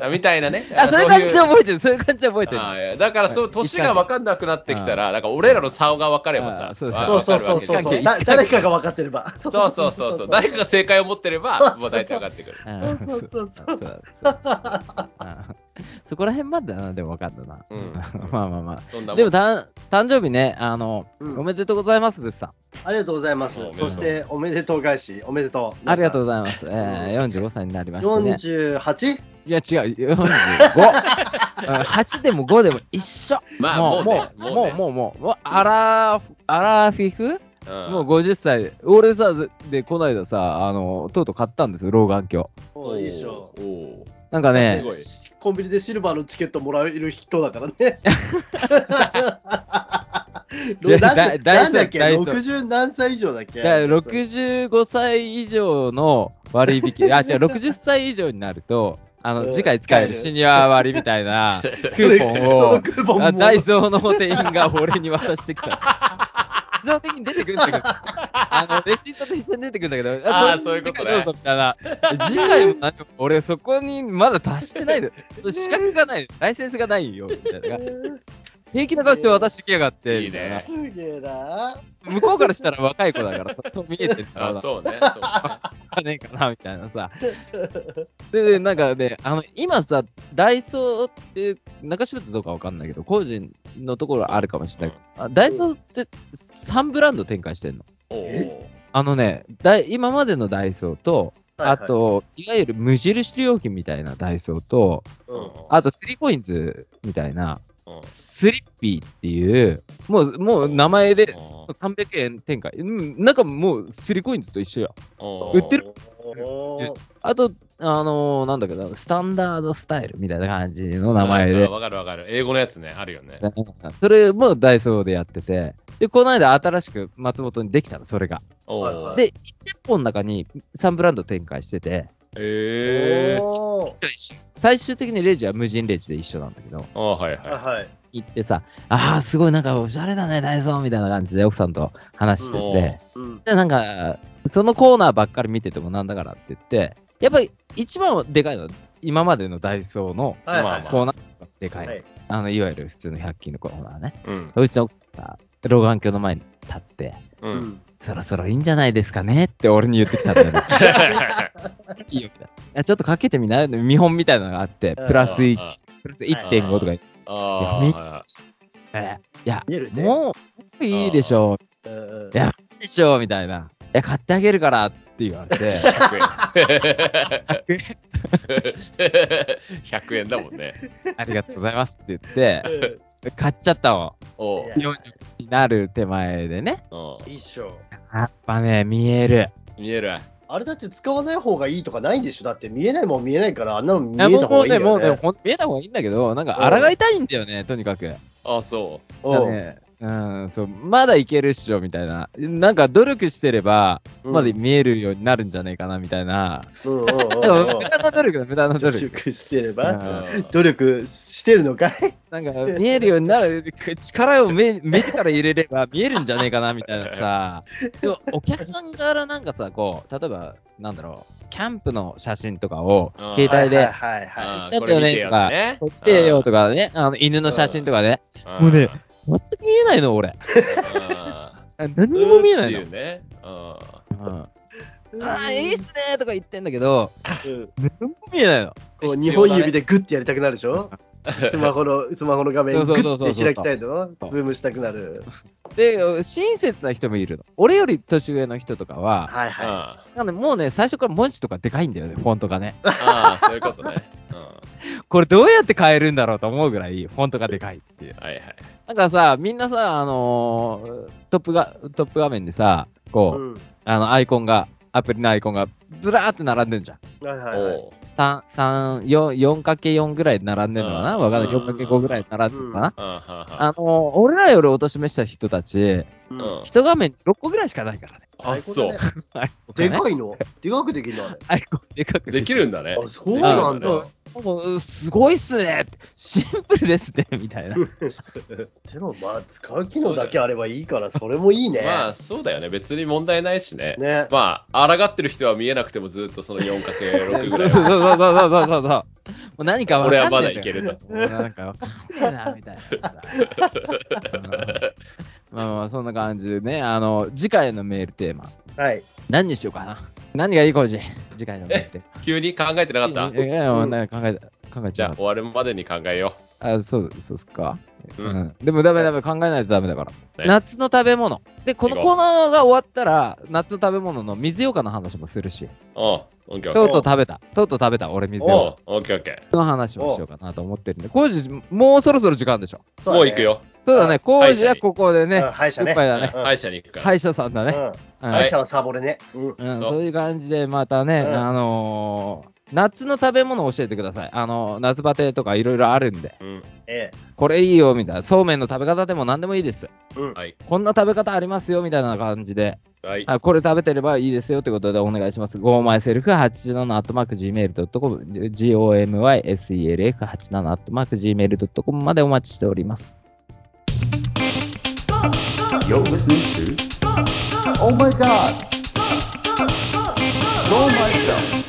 B: あみたいなね。
A: あ、そういう感じで
B: あ
A: 覚えてる、そういう感じで覚えてる。
B: あいやだから、そう、年が分かんなくなってきたら、だから俺らの差が分かれば
A: あ
B: さ、
A: そう
B: わ
C: そうそうそう
B: わ
C: そう
B: かるわけじゃん
C: そう。だ誰かが分かってれば。そ
B: そうそうそうそう。誰かが正解を持ってれば
C: そうそう、そう
B: もう大体上がってくる。
A: う
C: そ
A: ん
C: うそうそうそ
A: そ
C: う。
A: うだそうだ そこら辺までだな、でも分かったな。
B: うん
A: まあまあま
B: どんな
A: あ。
B: ん
A: でもたん、誕生日ね、あの、
C: うん
A: おめでとうございます、ブスさん。
C: ありがとうございます
B: おめで。と
C: そうして、おめでとう返し、おめでとう。
A: ありがとう
C: う。
A: ございます。えー、45歳になりましたね。
C: 48?
A: いや、違う、45。8でも5でも一緒。
B: まあ
A: も
B: も
A: う、
B: うね
A: も
B: も
A: う、
B: うね
A: もう、もう、もう、アラー、アラーフィフ
B: うん
A: もう50歳。俺さ、で、こないださ、あの、とうとう買ったんですよ、老眼鏡。
C: おいいっしょ。
B: おー
A: なんかね
B: すご、い
C: コンビニでシルバーのチケットもらえる人だか らね。
A: 違う
C: なん
A: だ
C: だ
A: 大
C: なんだっけ
A: 大丈夫
C: ?60 何歳以上だっけ
A: だから65歳以上の割 引、あ、違う、60歳以上になると、あ
C: う
A: の、
C: ん
A: 次回使えるシニア割みたいなク
C: それ
A: ーポ
C: そ
A: ン
C: の
A: を
C: クーポン
A: あ
C: も
A: ダイソーの店員が俺に渡してき た。自動的に出てくるんだけど、あの、レシートと一緒に出てくるんだけど、
B: あーそういうことね
A: どうぞみたいな。次回も何も、俺そこにまだ達してないの。資格がない、ライセンスがないよ、みたいな。平気な顔して渡してきやがって、
B: い
A: み
B: い
A: たいな
B: ね。
C: すげえな。
A: 向こうからしたら若い子だからさ、と見えてるから
B: あ
A: さ、
B: そうねそうね
A: かねえかな、みたいな さ。で、でなんかね、あの、今さ、ダイソーって、中渋谷とかわかんないけど、個人のところあるかもしれないけど、あダイソーって3ブランド展開してんの。
B: おー
A: あのね、ダイ今までのダイソーと、
C: はいはい
A: あ、と、いわゆる無印良品みたいなダイソーと、
C: うん
A: あと、スリーコインズみたいな、
B: うんうん
A: スリッピーっていう、もう、もう名前で
B: うん
A: 300円展開。うん、なんかもう、スリーコインズと一緒や。
B: うん
A: 売ってる
C: おー
A: あと、あのーなんだけど、スタンダードスタイルみたいな感じの名前
B: うん
A: で、
B: わかるわかる。英語のやつね、あるよね。
A: それもダイソーでやってて、で、この間新しく松本にできたの、それが。
B: おー
A: で、1店舗の中に3ブランド展開してて、
B: えー。
C: おー
A: 最終的にレジは無人レジで一緒なんだけど、
B: あはいはい。
C: はいはい。
A: 行ってさ、ああ、すごいなんかおしゃれだね、ダイソーみたいな感じで奥さんと話して
B: うん
A: て、
C: うん。
A: で、なんか、そのコーナーばっかり見ててもなんだからって言って、やっぱり一番でかいのは、今までのダイソーの
C: はい
B: ま
C: は
B: あ
C: い
B: ま
A: コーナーがでかいの
C: はい。
A: あの、いわゆる普通の100均のコーナーね。
B: うん。
A: うちの奥さんが老眼鏡の前に立って、
B: う。
C: うんん。
A: そろそろいいんじゃないですかねって俺に言ってきたんだよね。 いいよみたいな。ちょっとかけてみない見本みたいなのがあって、プラス1、
B: あ
A: プラス1.5とか言って、
B: ああ
A: いや
B: あ
A: いや、
C: 見えるね。
A: もういいでしょ
C: うんう
A: い
C: ん
A: やう、いいでしょうみたいな。いや、買ってあげるからって言われ て、
B: 100円。100円だもんね。
A: ありがとうございますって言って、
C: うん
A: 買っちゃったの。
B: おう
C: いや
A: 40になる手前でね。
B: おう
C: いいっしょ。
A: やっぱね、見える。
B: 見えるわ。
C: あれだって使わない方がいいとかないんでしょだって見えないもん見えないから、あんなの見え
A: いやも
C: た
A: うも
C: 方
A: う
C: がい
A: ね、
C: いよね。
A: もうね、ほん見えた方がいいんだけど、なんか抗いたいんだよね、とにかく。
B: あそう。
A: だからねうん、そう、まだいけるっしょ、みたいな。なんか努力してれば、
C: うん
A: まだ見えるようになるんじゃないかな、みたいな。
C: うんうんうん
A: だから
C: うん
A: 無駄な努力だ、無駄な努
C: 努
A: 力。
C: 力してれ
A: うん
C: ば、
B: うん
C: 努力してるのかい
A: なんか、見えるようになる、力を目目から入れれば見えるんじゃないかな、みたいな さ。でも、お客さんからなんかさ、こう、例えば、なんだろう、キャンプの写真とかを、
B: うん
A: 携帯で、
C: はいはいはい。
B: あ
A: だ
B: ー
A: っ
B: こ
A: た
B: れ
A: よ
B: 見て
A: ね、
B: よ
A: とか、
B: ね。
A: 撮ってよとかね、あの、犬の写真とかね。
B: う
A: も
B: ん
A: うね全く見えないの、俺。何
B: うん
A: にも見えないの
B: っ。てうね。うん
A: ああ、いいっすねとか言ってんだけど、
C: うん
A: 何も見えないの。
C: こう
B: 必
C: 2
B: 要だね
C: 本指でグッてやりたくなるでしょスマホの、スマホの画面グ
A: そうそうそうそう
C: ッて開きたいのズームしたくなる。
A: で、親切な人もいるの。俺より年上の人とかは、
C: はいうは
B: ん
A: なんかねもうね、最初から文字とかでかいんだよね、フォントがね。
B: ああ、そういうことね。うん。
A: これどうやって変えるんだろうと思うぐらい、フォントがでかいっていう。
B: はいはい。
A: なんかさ、みんなさ、あのートップが、トップ画面でさ、
C: い。
A: こ
C: う
A: う、
C: ん。
A: あの、アイコンが、アプリのアイコンが、ずらーって並んでんじゃん。
C: はいはいはい。
B: おう。
A: 3、3、4、4×4 ぐらい並んでんのかな
B: うん
A: わかんない。4×5 ぐらい並んでんのかな
B: うんうん
A: あのー俺らよりお年めした人たち、
C: うん
B: うんうん
A: 一画面6個ぐらいしかない からね。
B: あ、そう。
A: はい
C: でかいのでかくできるのあれ
A: アイコンでかく
B: できるんだね。
C: あそうなん
B: う
C: だ
B: ん。
A: もうすごいっすねシンプルですね みたいな。
C: でもまあ使う機能だけあればいいから、それもいいね。
B: まあ、そうだよね。別に問題ないしね。
C: ね。
B: まあ、抗ってる人は見えなくてもずっとその 4×6 ぐ
A: そ
B: ら
A: う
B: い
A: そうそ
B: は。
A: うそうそうそうそう。もう何か分
B: 俺
A: か
B: は
A: んねえん
B: まだ
A: だ
B: いけ
A: よ。
B: ると。
A: もうなんか分かんねえなみたいな。うんまあまあそんな感じでね、あの次回のメールテーマ
C: はい。
A: 何にしようかな。何がいいかもしれん次回のメールテーマ。
B: 急に考えてなかった
A: いやいやもうなんか考えた。考えち
B: じ
A: ゃい
B: ゃあ
A: ます
B: 終わるまでに考えよ
A: あ、そう、そうっすか。う。
B: うんん
A: でもダメダメ、考えないとダメだから。
B: ね
A: 夏の食べ物。で、この
B: 行こ
A: コ
B: う
A: ーナーが終わったら、夏の食べ物の水ようかの話もするし、
B: う。うん。オッケー
A: と
B: オ
A: う
B: ッケ
A: と
B: ー。
A: う食べた。とうとう食べた、俺水
B: お
A: よ
B: うオッケーオッケ
A: うかの話もしようかなと思ってるんで、コウジ、もうそろそろ時間でしょ。
B: ー。もう行く。よ。
A: そうだね、コウジは
B: はい
A: ここで
C: ね、
A: ね
C: うん、歯医者
A: い
C: ね
A: っぱい。だね。
C: うん
B: 歯医者に行くから。
A: 歯医者さんだ
C: う
A: ね。
C: ん
A: うん
C: 歯医者はサボれね。うん。
A: うん、
B: そう
A: そういう感じで、またね、
C: うん
A: あのー夏の食べ物を教えてください。あのー夏バテとかいろいろあるんで、
B: うん。
C: え
A: これいいよみたいな、そうめんの食べ方でも何でもいいです。
C: え。うん。
B: はい。
A: こんな食べ方ありますよみたいな感じで、
B: はい。
A: あこれ食べてればいいですよということでお願いします。gomyself87-gmail.com、gomyself87-gmail.com までお待ちしております。
D: You're listening to Oh my god! Go myself!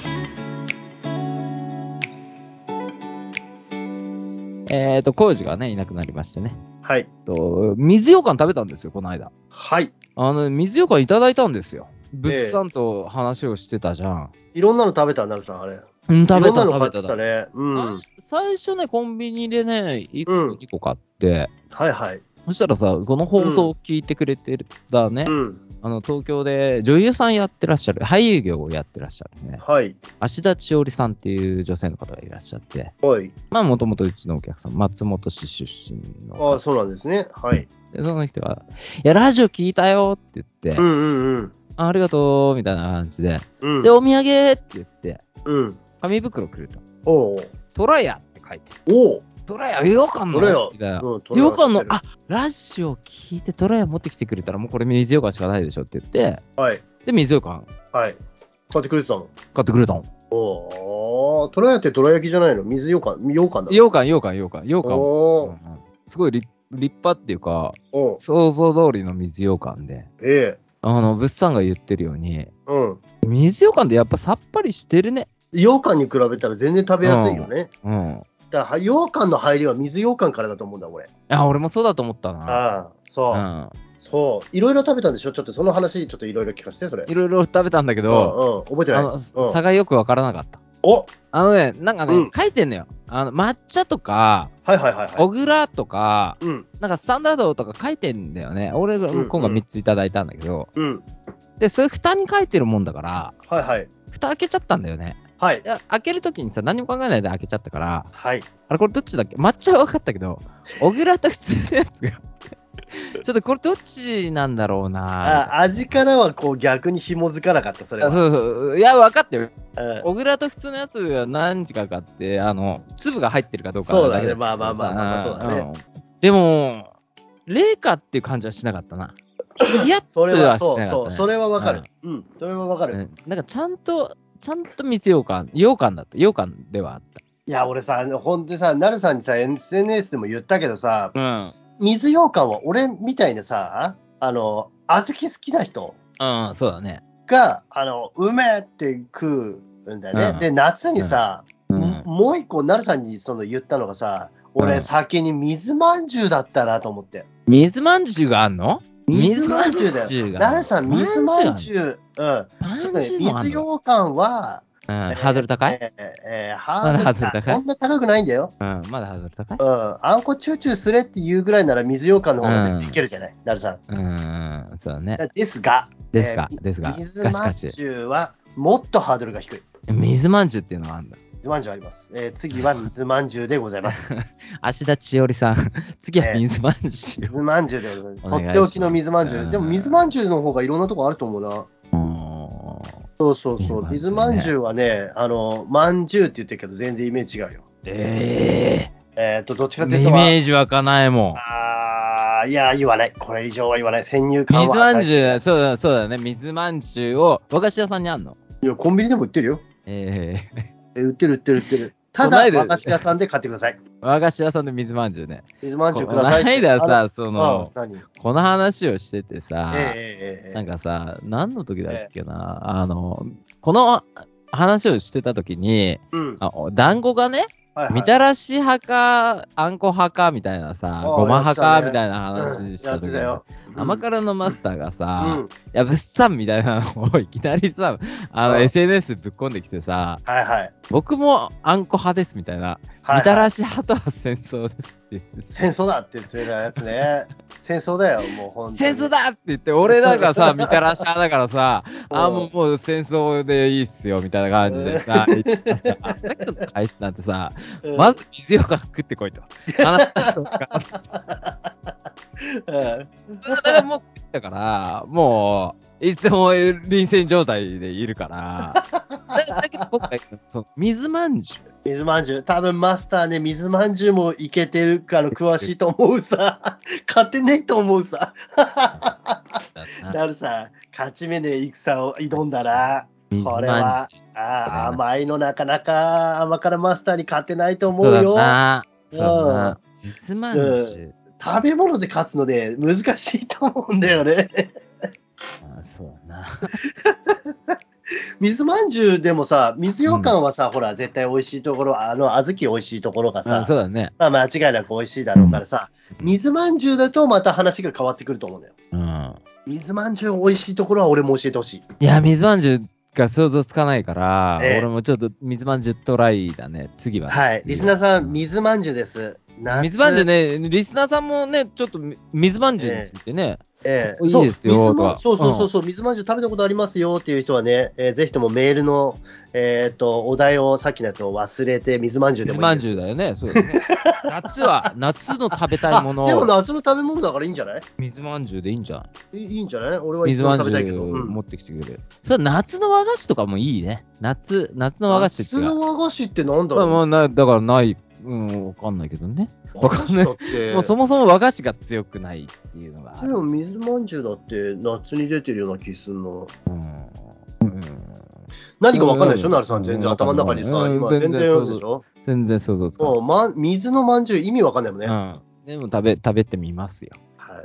A: えっ、ー、と、コウジがね、いなくなりましてね。
C: はい。
A: と水羊羹食べたんですよ、この間。
C: はい。
A: あの、水羊羹いただいたんですよ。物産と話をしてたじゃん。
C: いろんなの食べた、なるさん、あれ。
A: うん、
C: い
A: 食べ
C: ろん
A: た
C: なの
A: 食
C: 買
A: べ
C: った
A: 食
C: てた
A: べた。
C: ね。うん。
A: 最初ね、コンビニでね、1個、
C: うん
A: 2個買って、
C: はいはい。
A: そしたらさ、この放送を聞いてくれてたね、
C: うん。
A: あの東京で女優さんやってらっしゃる、俳優業をやってらっしゃるね、
C: はい。
A: 芦田千織さんっていう女性の方がいらっしゃって、
C: はい。
A: まあもともとうちのお客さん、松本市出身の
C: あ
A: 方
C: あ、そうなんですね。はい。
A: で、その人が、いや、ラジオ聞いたよって言って、
C: うんうんうん。
A: あありがとうみたいな感じで、
C: うん
A: で、。お土産って言って、
C: うん。
A: 紙袋くれた。
C: おう
A: トラヤって書いて、
C: おう。
A: トラヤ、ようかんの
C: どれよ
A: みたいな。。
C: うん
A: ようかんの、。
C: どれ
A: あラジオ聞いてトラヤ持ってきてくれたら、もうこれ水ようかんしかないでしょって言って、
C: はい。
A: で、水ようかん
C: はい。買ってくれてたの。
A: 買ってくれたの。
C: おお。とらやってどら焼きじゃないの水ようかん、ようかんだ。
A: ようかん、ようかん、ようかん、ようかんを
C: お
A: うんう
C: ー
A: んすごい立立派っていうか、
C: おう
A: 想像通りの水羊羹で、
C: ええ。
A: あの、物産が言ってるように、
C: うん。
A: 水羊羹ってやっぱさっぱりしてるね。
C: 羊羹に比べたら全然食べやすいよね。
A: うん。
C: だから羊羹の入りは水羊羹からだと思うんだ、俺。
A: あ、俺もそうだと思ったな。
C: ああ、そう。
A: う
C: そう。いろいろ食べたんでしょちょっとその話、ちょっといろいろ聞かせて、それ。
A: ん。いろいろ食べたんだけ
C: うん
A: ど、
C: うん。覚えてな
A: あ
C: い。
A: の、
C: うん
A: 差がよくわからなかった。
C: おはい
A: あのね、なんかね、
C: うん
A: 書いてんのよ。あの、抹茶とか、
C: はいはいは
A: 小倉とか、
C: い。うん。
A: なんかスタンダードとか書いてんだよね。俺が
C: うん
A: 今回3ついただいたんだけど、
C: うん。
A: で、それ蓋に書いてるもんだから、
C: はいはい。
A: 蓋開けちゃったんだよね。
C: はい
A: い。や開けるときにさ、何も考えないで開けちゃったから、
C: はい。
A: あれこれどっちだっけ抹茶は分かったけど、小倉と普通のやつが。ち ょっとこれどっちなんだろうなぁ。
C: あ味からはこう逆に紐づかなかった、それ
A: あ
C: は。
A: そうそう。いや、分かってよ。
C: うん
A: 小倉と普通のやつは何時かかって、あの、粒が入ってるかどうか
C: そうだね
A: け
C: まあまあまあまあまあそうだね
A: うんでも、冷夏っていう感じはしなかった な。いやっと
C: そ
A: は
C: れ
A: しなか
C: は、
A: った、ね。
C: そうそう、それはわかる。うん、それはわか
A: う
C: る。
A: んなんかちゃんと、ちゃんと密羊羹、羊羹だった。羊羹ではあっ
C: いや、俺さ、本当にさ、なるさんにさ、SNS でも言ったけどさ、
A: た。うん。
C: 水羊羹は俺みたいなさ、あの、小豆好きな人
A: うん、そうだね。
C: が、あの、うめえって食うんだよね。
A: うん
C: で、夏にさ、
A: うん。
C: もう一個、なるさんにその言ったのがさ、
A: う
C: 俺、
A: ん
C: 先に水まんじゅうだったなと思って。
A: 水まんじゅうがあんの
C: 水まんじゅうだ
A: 水まんじゅう
C: よ。
A: があ
C: な
A: る
C: るさん、水まんじゅう。うん。
A: まん
C: ち
A: じゅ
C: ょっ
A: う
C: とね、
A: もあん
C: 水
A: の
C: 羊羹は、
A: うん、ハードル高い
C: えーえーハ
A: まだハー
C: ー
A: ド
C: ド
A: ル
C: ル
A: 高い
C: 高い。そんな高くないんだよ。
A: うん、まだハードル高い
C: うん。あんこチューチューすれっていうぐらいなら水羊羹の方が全然いけるじゃない、なるさん。
A: うん、そうだね。
C: ですが、
A: ですが
C: え、ー
A: ですが、
C: 水
A: がし
C: ま
A: か
C: ん
A: し、
C: じゅうはもっとハードルが低い。
A: 水まんじゅうっていうのがあるんだ。
C: 水まんじゅうあります。えー次は水まんじゅうでござ います。
A: 芦田千織さ ん、次は
C: ええ
A: 水まんじゅう。
C: 水まんじゅうでございます。
A: お
C: と
A: 願いします
C: っておきの水まんじゅ
A: う。
C: うんでも水まんじゅうの方がいろんなとこあると思うな。
A: うん
C: そうそうそう。
A: 水
C: 水
A: ま
C: ま
A: ん
C: ん
A: じ
C: じ
A: ゅ
C: ゅうはね、あの、まんじゅうって言ってるけど全然イメージ違うよ。
A: え
C: えっ、と、どっち
A: え
C: か
A: イ
C: というとは、
A: メージ湧かないもん。
C: あーいや、言わない。これ以上は言わない。先入観は。
A: 水まんじ
C: は
A: ゅう、そうだ、そうだね。水まんじゅうを和菓子屋さんにあんの。
C: いいや、コンビニでも売ってるよ。
A: ええ
C: え売ってる、売ってる、売ってる。た
A: こ
C: だ、
A: ないだ
C: 和菓子屋さんで買ってくだ さい。
A: 和菓子屋さんで水まんじゅうね。
C: 水まんじゅ
A: こ
C: うください
A: な
C: って。
A: いだ
C: あ
A: さ、そ
C: の、あ
A: の、
C: 何え
A: この話をしててさ、
C: えええええ
A: なん
C: え
A: かさ、何の時だっけな、あの、この話をしてた時に、
C: うん。
A: あお団子がね、
C: はいはい
A: みたらし派か、あんこ派かみたいなさ、
C: あ
A: ごま派か
C: やってたね
A: みたいな
C: うん
A: 話し
C: や
A: た
C: って
A: 時
C: た
A: に
C: よ。
A: 甘辛のマスターが
C: う
A: さ、
C: ん。
A: いや、物産みたいなのをいきなりさ、あ
C: う
A: の、
C: ん
A: SNS ぶっこんできてさ、
C: はいはい。
A: 僕もあんこ派ですみたいな、
C: はい
A: みたらし派とは戦争ですって言って
C: 戦争だって言ってたやつね。戦争だよ、もう本当に。
A: 戦争だって言って、俺らが さ、みたらし派だからさ、あーもうもう戦争でいいっすよみたいな感じでさ、言ってた さ、さっきの返しなんてさ、
C: うん
A: まず水ようかん食ってこいと。話した人が
C: うん
A: 体がもう食ったから、もう、いつも臨戦状態でいるから。だだけど今回、その水まんじゅう。
C: 水まんじゅう、多分マスターね、水まんじゅうもいけてるから詳しいと思うさ。 勝てねえと思うさ。
A: だな
C: なるさ、勝ち目ねえ戦を挑んだな。
A: 水
C: これ
A: まん
C: は、ああ甘いのなかなか甘辛マスターに勝てないと
A: じゅう。
C: 思
A: そう
C: う
A: だ
C: よ。
A: な。そうだな。水まんじゅう。
C: 食べ物で勝つので難しいと思うんだよね。
A: あそうだな。
C: 水まんじゅうでもさ、水羊羹はさ、ほら、絶対美味しいところ、あの、小豆美味しいところが
A: う
C: さ
A: ん、そうだね。
C: まあ、間違いなく美味しいだろうからさ、水まんじゅうだとまた話が変わってくると思うんだよ。
A: うん。
C: 水まんじゅう美味しいところは俺も教えてほしい。
A: いや、水まんじゅうが想像つかないから、
C: ええ
A: 俺もちょっと水まんじゅうトライだね。次は。
C: はい。リスナーさ、
A: うんん
C: 水まんじゅうです。夏
A: 水まんじゅう。ね、リスナーさんもね、ちょっとみ水まんじゅうについてね、
C: ええ
A: いいですよ
C: そう
A: と
C: 水ま
A: か
C: そうそうそうそう、水まんじゅう食べたことありますよっていう人はね、えーぜひともメールの、えー、とお題を、さっきのやつを忘れて、水まんじゅうで
A: 水
C: もい
A: ま
C: い
A: ん
C: です。
A: じゅうだよね。そうだね。夏 は、夏の食べたいもの
C: あでも
A: を
C: 夏の食べ物だからいいんじゃない
A: 水まんじゅうでいいんじゃん。
C: いいいんじゃない俺は一
A: 水ま
C: 番
A: ん
C: 食べ
A: じ
C: たいけ
A: ゅ
C: ど。
A: う
C: うん
A: 持ってきてくれる。それ夏の和菓子とかもいいね。夏、夏の和菓子って
C: 夏
A: いうか
C: の和菓子ってなんだ
A: まあま
C: ろ
A: あなだからない、うん、わかんないけどね。
C: う
A: わかんない
C: 和菓子だって
A: もうそもそも和菓子が強くないっていうのがあ
C: で
A: る。
C: も水まんじゅうだって夏に出てるような気すんの。
A: うんうん
C: 何かわかんないでしょ、
A: うん
C: なるさん。全
A: う
C: 然
A: ん
C: 頭の中にさ、
A: うん
C: 今
A: 全
C: 全
A: 然
C: 然あるでしょ。
A: 全然想像つかない
C: もう、ま、水のまんじゅう意味わかんないもんね。はい、
A: うん、でも食べ食べてみますよ。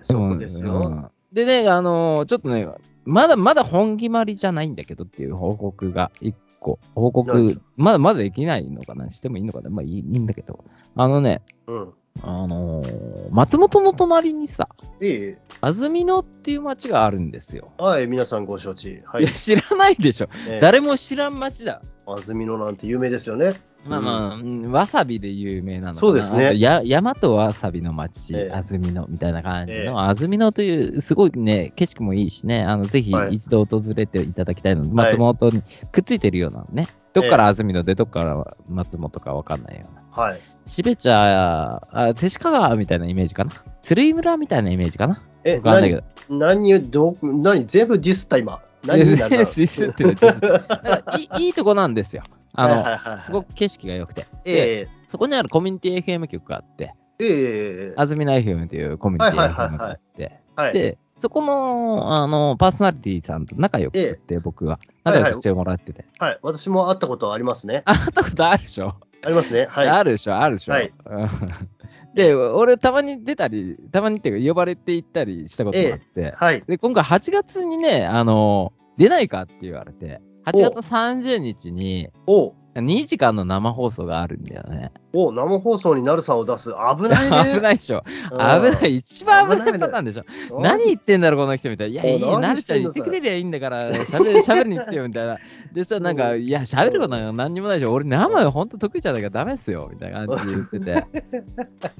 C: そうですよ。
A: んでね、あのーちょっとね、まだまだ本決まりじゃないんだけどっていう報告が1個、報
C: 何です
A: 告、まだまだできないのかな、してもいいのかな、まあいいいいんだけど、あのね、
C: うん。
A: あのー松本の隣にさ、
C: いい
A: 安曇野っていう町があるんですよ。、
C: はい、皆さんご承知。はいい
A: や、。知らないでしょ。
C: ええ
A: 誰も知らん町だ。
C: 安曇野なんて有名ですよね。
A: まあまあ、うんわさびで有名なのかな
C: そうですね
A: あとや山とわさびの町、
C: ええ
A: 安曇野みたいな感じ
C: ええ
A: の、安曇野という、すごいね、景色もいいしね、あのぜひ
C: はい
A: 一度訪れていただきたいので、松本にくっついてるようなのね。どっから安曇野で、どっから松本かわかんないような。
C: はい。
A: 標茶、あ、手鹿川みたいなイメージかな。鶴居村みたいなイメージかな。
C: え、
A: わかんないけ
C: 何
A: ど。
C: 何ど何全部ディスった今。何に なる
A: ディスってるディスってるだからいいいいとこなんですよ。あの、すご
C: く。
A: く景色が良くて。で
C: え
A: そこにあるコミュニティ FM 局があって、
C: えええ
A: 安住ナイフムというコミュニティ FM があって、
C: はい。
A: で、そこのあのパーソナリティさんと仲良く
C: え
A: て、僕は
C: はい
A: 仲
C: はい
A: 良くしてもらってて。
C: はい。私も会ったことありますね。
A: あ会ったことあるでしょ、
C: ありますね。はい。
A: あるでしょあるでしょ、
C: はい
A: うん で、俺、たまに出たり、たまにっていうか、呼ばれて行ったりしたこともあって、
C: はい。
A: で、今回8月にね、あの、出ないかって言われて、8月30日に
C: おう
A: 2時間の生放送があるんだよね。
C: おう、生放送になるさんを出す。危ないね。
A: 危ないでしょ
C: うん
A: 危ない。一番危ないパターンでしょ
C: うん
A: 何言ってんだろ、この人みたいな。いや、いいよ、な
C: 何
A: る
C: し
A: ちゃ
C: て
A: ん言
C: ん
A: っ
C: の
A: てくれりゃいいんだから、喋る、喋りに来てよ、みたい な。でさ、なんか、
C: う
A: いや、喋ることなんか何にもないでしょ。俺、生ほんと得意じゃないからダメっすよ、みたいな感じで言っ てて。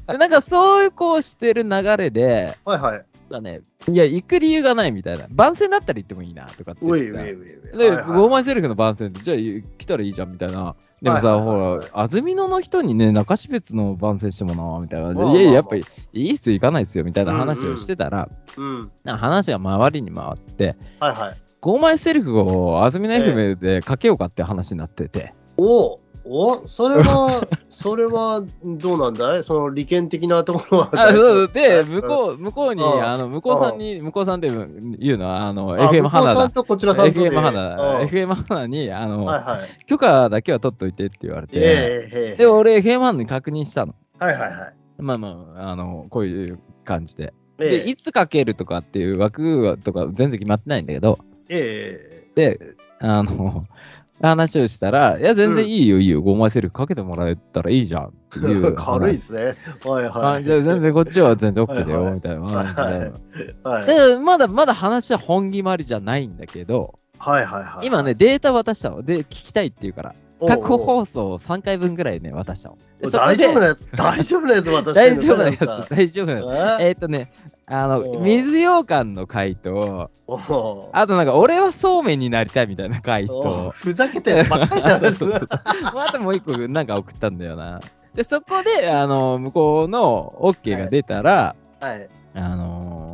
A: でなんか、そういうこうしてる流れで、
C: はいはい。
A: だね、いや、行く理由がないみたいな。番宣だったら行ってもいいな、とかって言
C: う
A: っ
C: い
A: て
C: う
A: た。
C: い
A: で、
C: ういうい。
A: ウォ
C: はいは
A: ー
C: い
A: マンセルクの番宣って、じゃあ来たらいいじゃん、みたいな。でもさ、
C: はいはいはい
A: ほ
C: はい
A: ら、安曇野の人にね、中標津の番宣してもな、みたいな
C: まあ
A: 感じ
C: まあまあ
A: で。いやいや、やっぱり、いいっすよ、行かないっすよ、みたいな話をしてたら、
C: うん。
A: な話が回りに回って、
C: はいはい。
A: ゴーマイセルフを安住ナイフメでかけようかって話になってて、
C: おうおそれ は、それは、どうなんだいその利権的なところは。
A: あそうで、
C: うん
A: 向こう、向こうに、
C: うん
A: あの、向こうさんに、向こうさんで言うのは、あの、
C: あ
A: FM
C: 向こう
A: 花
C: さ
A: だ
C: ん。とこちらさんとで
A: FM 花だ。
C: うん
A: FM 花に、あ
C: はい
A: の、
C: はい。
A: 許可だけは取っといてって言われ
C: え
A: て、
C: えええ
A: で、俺、FM 花に確認したの。
C: はいはいはい。
A: まあまあ、あの、こういう感じで。
C: え
A: で、
C: え
A: いつかけるとかっていう枠はとか全然決まってないんだけど、
C: え
A: で、あの、 話をしたら、いや、全然いいよ、いいよ、ゴーマイセルフかけてもらえたらいいじゃんってい
C: え
A: う。
C: 軽いですね。はいは
A: あ
C: い。
A: じゃあ全然こっちは全然 OK だ
C: はいは
A: よ、
C: い
A: みたいな感じ
C: はい
A: で。で、まだまだ話は本気まりじゃないんだけど、
C: はいはいはい。
A: 今ね、、データ渡したの。で、聞きたいって言うから。過去放送を3回分ぐらいね、渡したの。でそこ
C: 大
A: で
C: 丈夫なやつ、大丈夫な やつ渡して
A: 大
C: んの
A: 丈夫なやつ
C: なんか、
A: 大丈夫なやつ。
C: え
A: えーっとね、あの、
C: うん
A: 水羊羹の回と、
C: おー
A: あとなんか、俺はそうめんになりたいみたいな回
C: おー
A: と、
C: ふざけてばっかりだな
A: そうそう あともう一個なんか送ったんだよな。で、そこで、あの、向こうの OK が出たら、
C: はい。
A: あの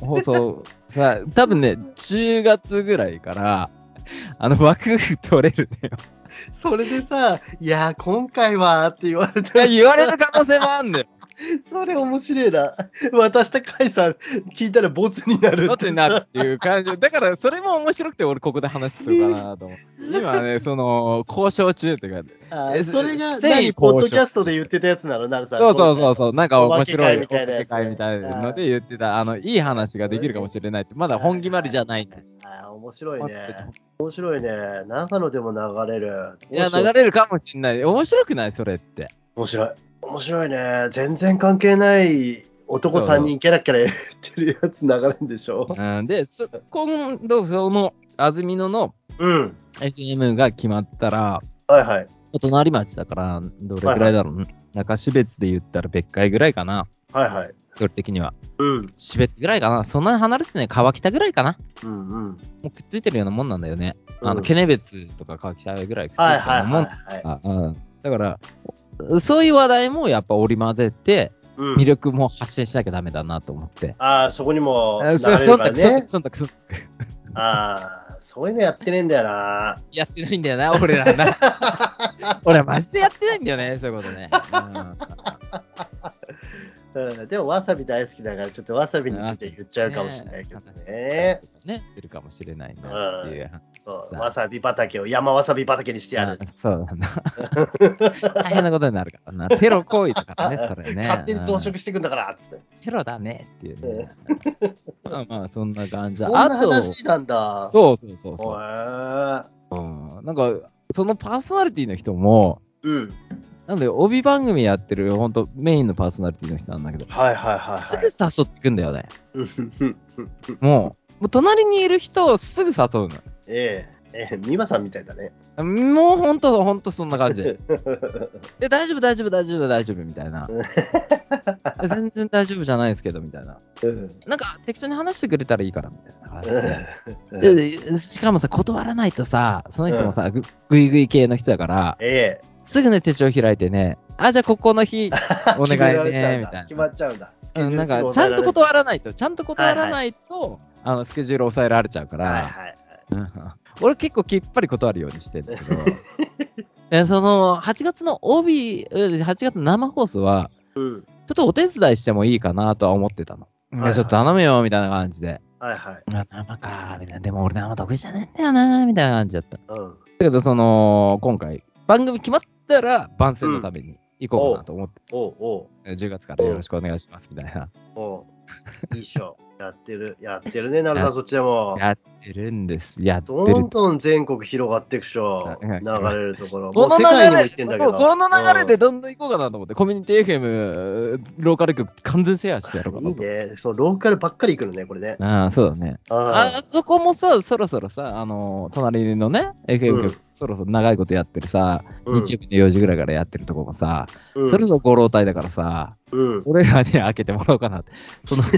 A: ー放送、さ、多分ね、10月ぐらいから、あの、枠取れるね。
C: それでさ、いやー、今回はって言われ
A: いや
C: て、
A: 言われる可能性もあんだよ。
C: それ面白いな。渡した回さん、聞いたらボツになる
A: どっちになるっていう感じ。だから、それも面白くて、俺、ここで話してるかなと思う。今ね、その、交渉中っていうか、
C: あ
A: え
C: ーそれが
A: 誠意
C: 何、
A: 交渉
C: ポッドキャストで言ってたやつなのなるさん。。
A: そうそうそううそう、なんか面白い、
C: お化け会みたいなや
A: お化け
C: つね
A: 会みたいなので言ってた、あの、いい話ができるかもしれないって、まだ本決まりじゃないんです。
C: あー面白いね。面白いね。長野でも流れる。
A: いや、
C: どうしよ
A: 流
C: う
A: れるかもしれない。面白くないそれって。
C: 面白い。面白いね。全然関係ない男3人キャラキャラやってるやつ流れんでしょ。
A: うん、で、そ今度、その、安曇野の
C: うん。
A: FM が決まったら、
C: はいはい。
A: 隣町だから、どれぐらいだろう、中標別で言ったら別海ぐらいかな。
C: はいはい。
A: 距離的には。
C: うん。
A: 標別ぐらいかな。そんなに離れてない川北ぐらいかな。
C: うんうん。
A: もうくっついてるようなもんなんだよね。あ
C: う
A: の、
C: ん
A: ケネベツとか川北ぐらいくっついてる
C: は
A: よ
C: いうはい
A: なもん
C: はいはい。
A: あうん、だから、そういう話題もやっぱ織り交ぜて、
C: うん
A: 魅力も発信しなきゃダメだなと思って。
C: ああ、そこにも流れ
A: あ
C: る
A: そ
C: か
A: そん
C: ら
A: たく、そんた
C: ね
A: く、。そんたく、そんたく
C: ああ、そういうのやってねえんだよな。
A: やってないんだよな、 俺らな。俺らマジでやってないんだよね、そういうことね。
C: うん、でも、わさび大好きだから、ちょっとわさびについて言っちゃうかもしれないけどね。
A: うん、ね、出るかもしれないなっていう。
C: そう、わさび畑を山わさび畑にしてやる
A: あ。 そうだな。大変なことになるから な。テロ行為だからね、それね。
C: 勝手に増殖していくんだから、つって。
A: うんテロだねっていう ね。まあまあ、そんな感じ
C: そ
A: だ。
C: んな
A: あと、
C: 話なんだ。
A: そうそうそうそう。
C: へ
A: うんなんか、そのパーソナリティの人も、
C: えうん。
A: なんで、帯番組やってる、ほんと、メインのパーソナリティの人なんだけど、
C: はいはいはい
A: す
C: は
A: ぐ
C: い
A: 誘ってくんだよね。
C: うんうんうんうん。
A: もう、もう隣にいる人をすぐ誘う
C: ええ、ええ、美馬さんみたいだね。
A: の。もうほんと、ほんとそんな感じ。 で、
C: う
A: 大丈夫、大丈夫、大丈夫、大丈夫、みたい な。え全然大丈夫じゃないですけど、みたいな。
C: ん
A: なんか、適当に話してくれたらいいから、みたいな感じで。
C: うん
A: でしかもさ、断らないとさ、その人もさ、ぐぐいぐい系の人だから、
C: ええ。
A: すぐね、手帳開いてね、あ、じゃあここの 日、お願いね
C: 決められちゃうん
A: み
C: だ
A: たいな
C: 決まっちゃうんだ。スケジ
A: う
C: ュ
A: ん、
C: ール
A: なんか
C: すぐ
A: ちゃんと
C: 抑え
A: 断らないと、ちゃんと断らないと、あのスケジュール抑えられちゃうから、
C: られるはいはい
A: うん俺結構きっぱり断るようにしてるんだ けど、でその8月の帯、うん8月の生放送は、
C: うん
A: ちょっとお手伝いしてもいいかなとは思ってたの。
C: いはい
A: いやちょっと頼むよみたいな感じで、
C: はいはい。
A: あ生かみたいな、でも俺生得意じゃねえんだよなみたいな感じだった。だ
C: うん。
A: けど、その今回、番組決まったら番宣のために行こうかなと思って、
C: おうおう
A: 10月からよろしくお願いしますみたいな。
C: おう。いいっしょ。やってる。やってるね、なるさん、そっちでも。
A: やってるんです、やって
C: ど
A: る
C: んどん全国広がっていくっしょ。
A: う
C: 流
A: ん
C: れるところ。も
A: こ
C: う
A: の流
C: 世界にも
A: れ
C: 行ってんだけど。
A: そうこの流れでどんどん行こうかなと思って、コミュニティ FM ローカル局完全制覇してやろうか
C: うん。い
A: ないと。
C: ね。そう、ローカルばっかり行くのね、これね。
A: ああ、そうだね。あ
C: あ
A: そこもさ、そろそろさ、あのー隣のね、FM 局、
C: うん
A: そろそろ長いことやってるさ、
C: うん
A: 日曜日の4時ぐらいからやってるとこもさ、
C: うん
A: それぞれご老体だからさ、
C: うん。
A: 俺らに開けてもらおうかなって。その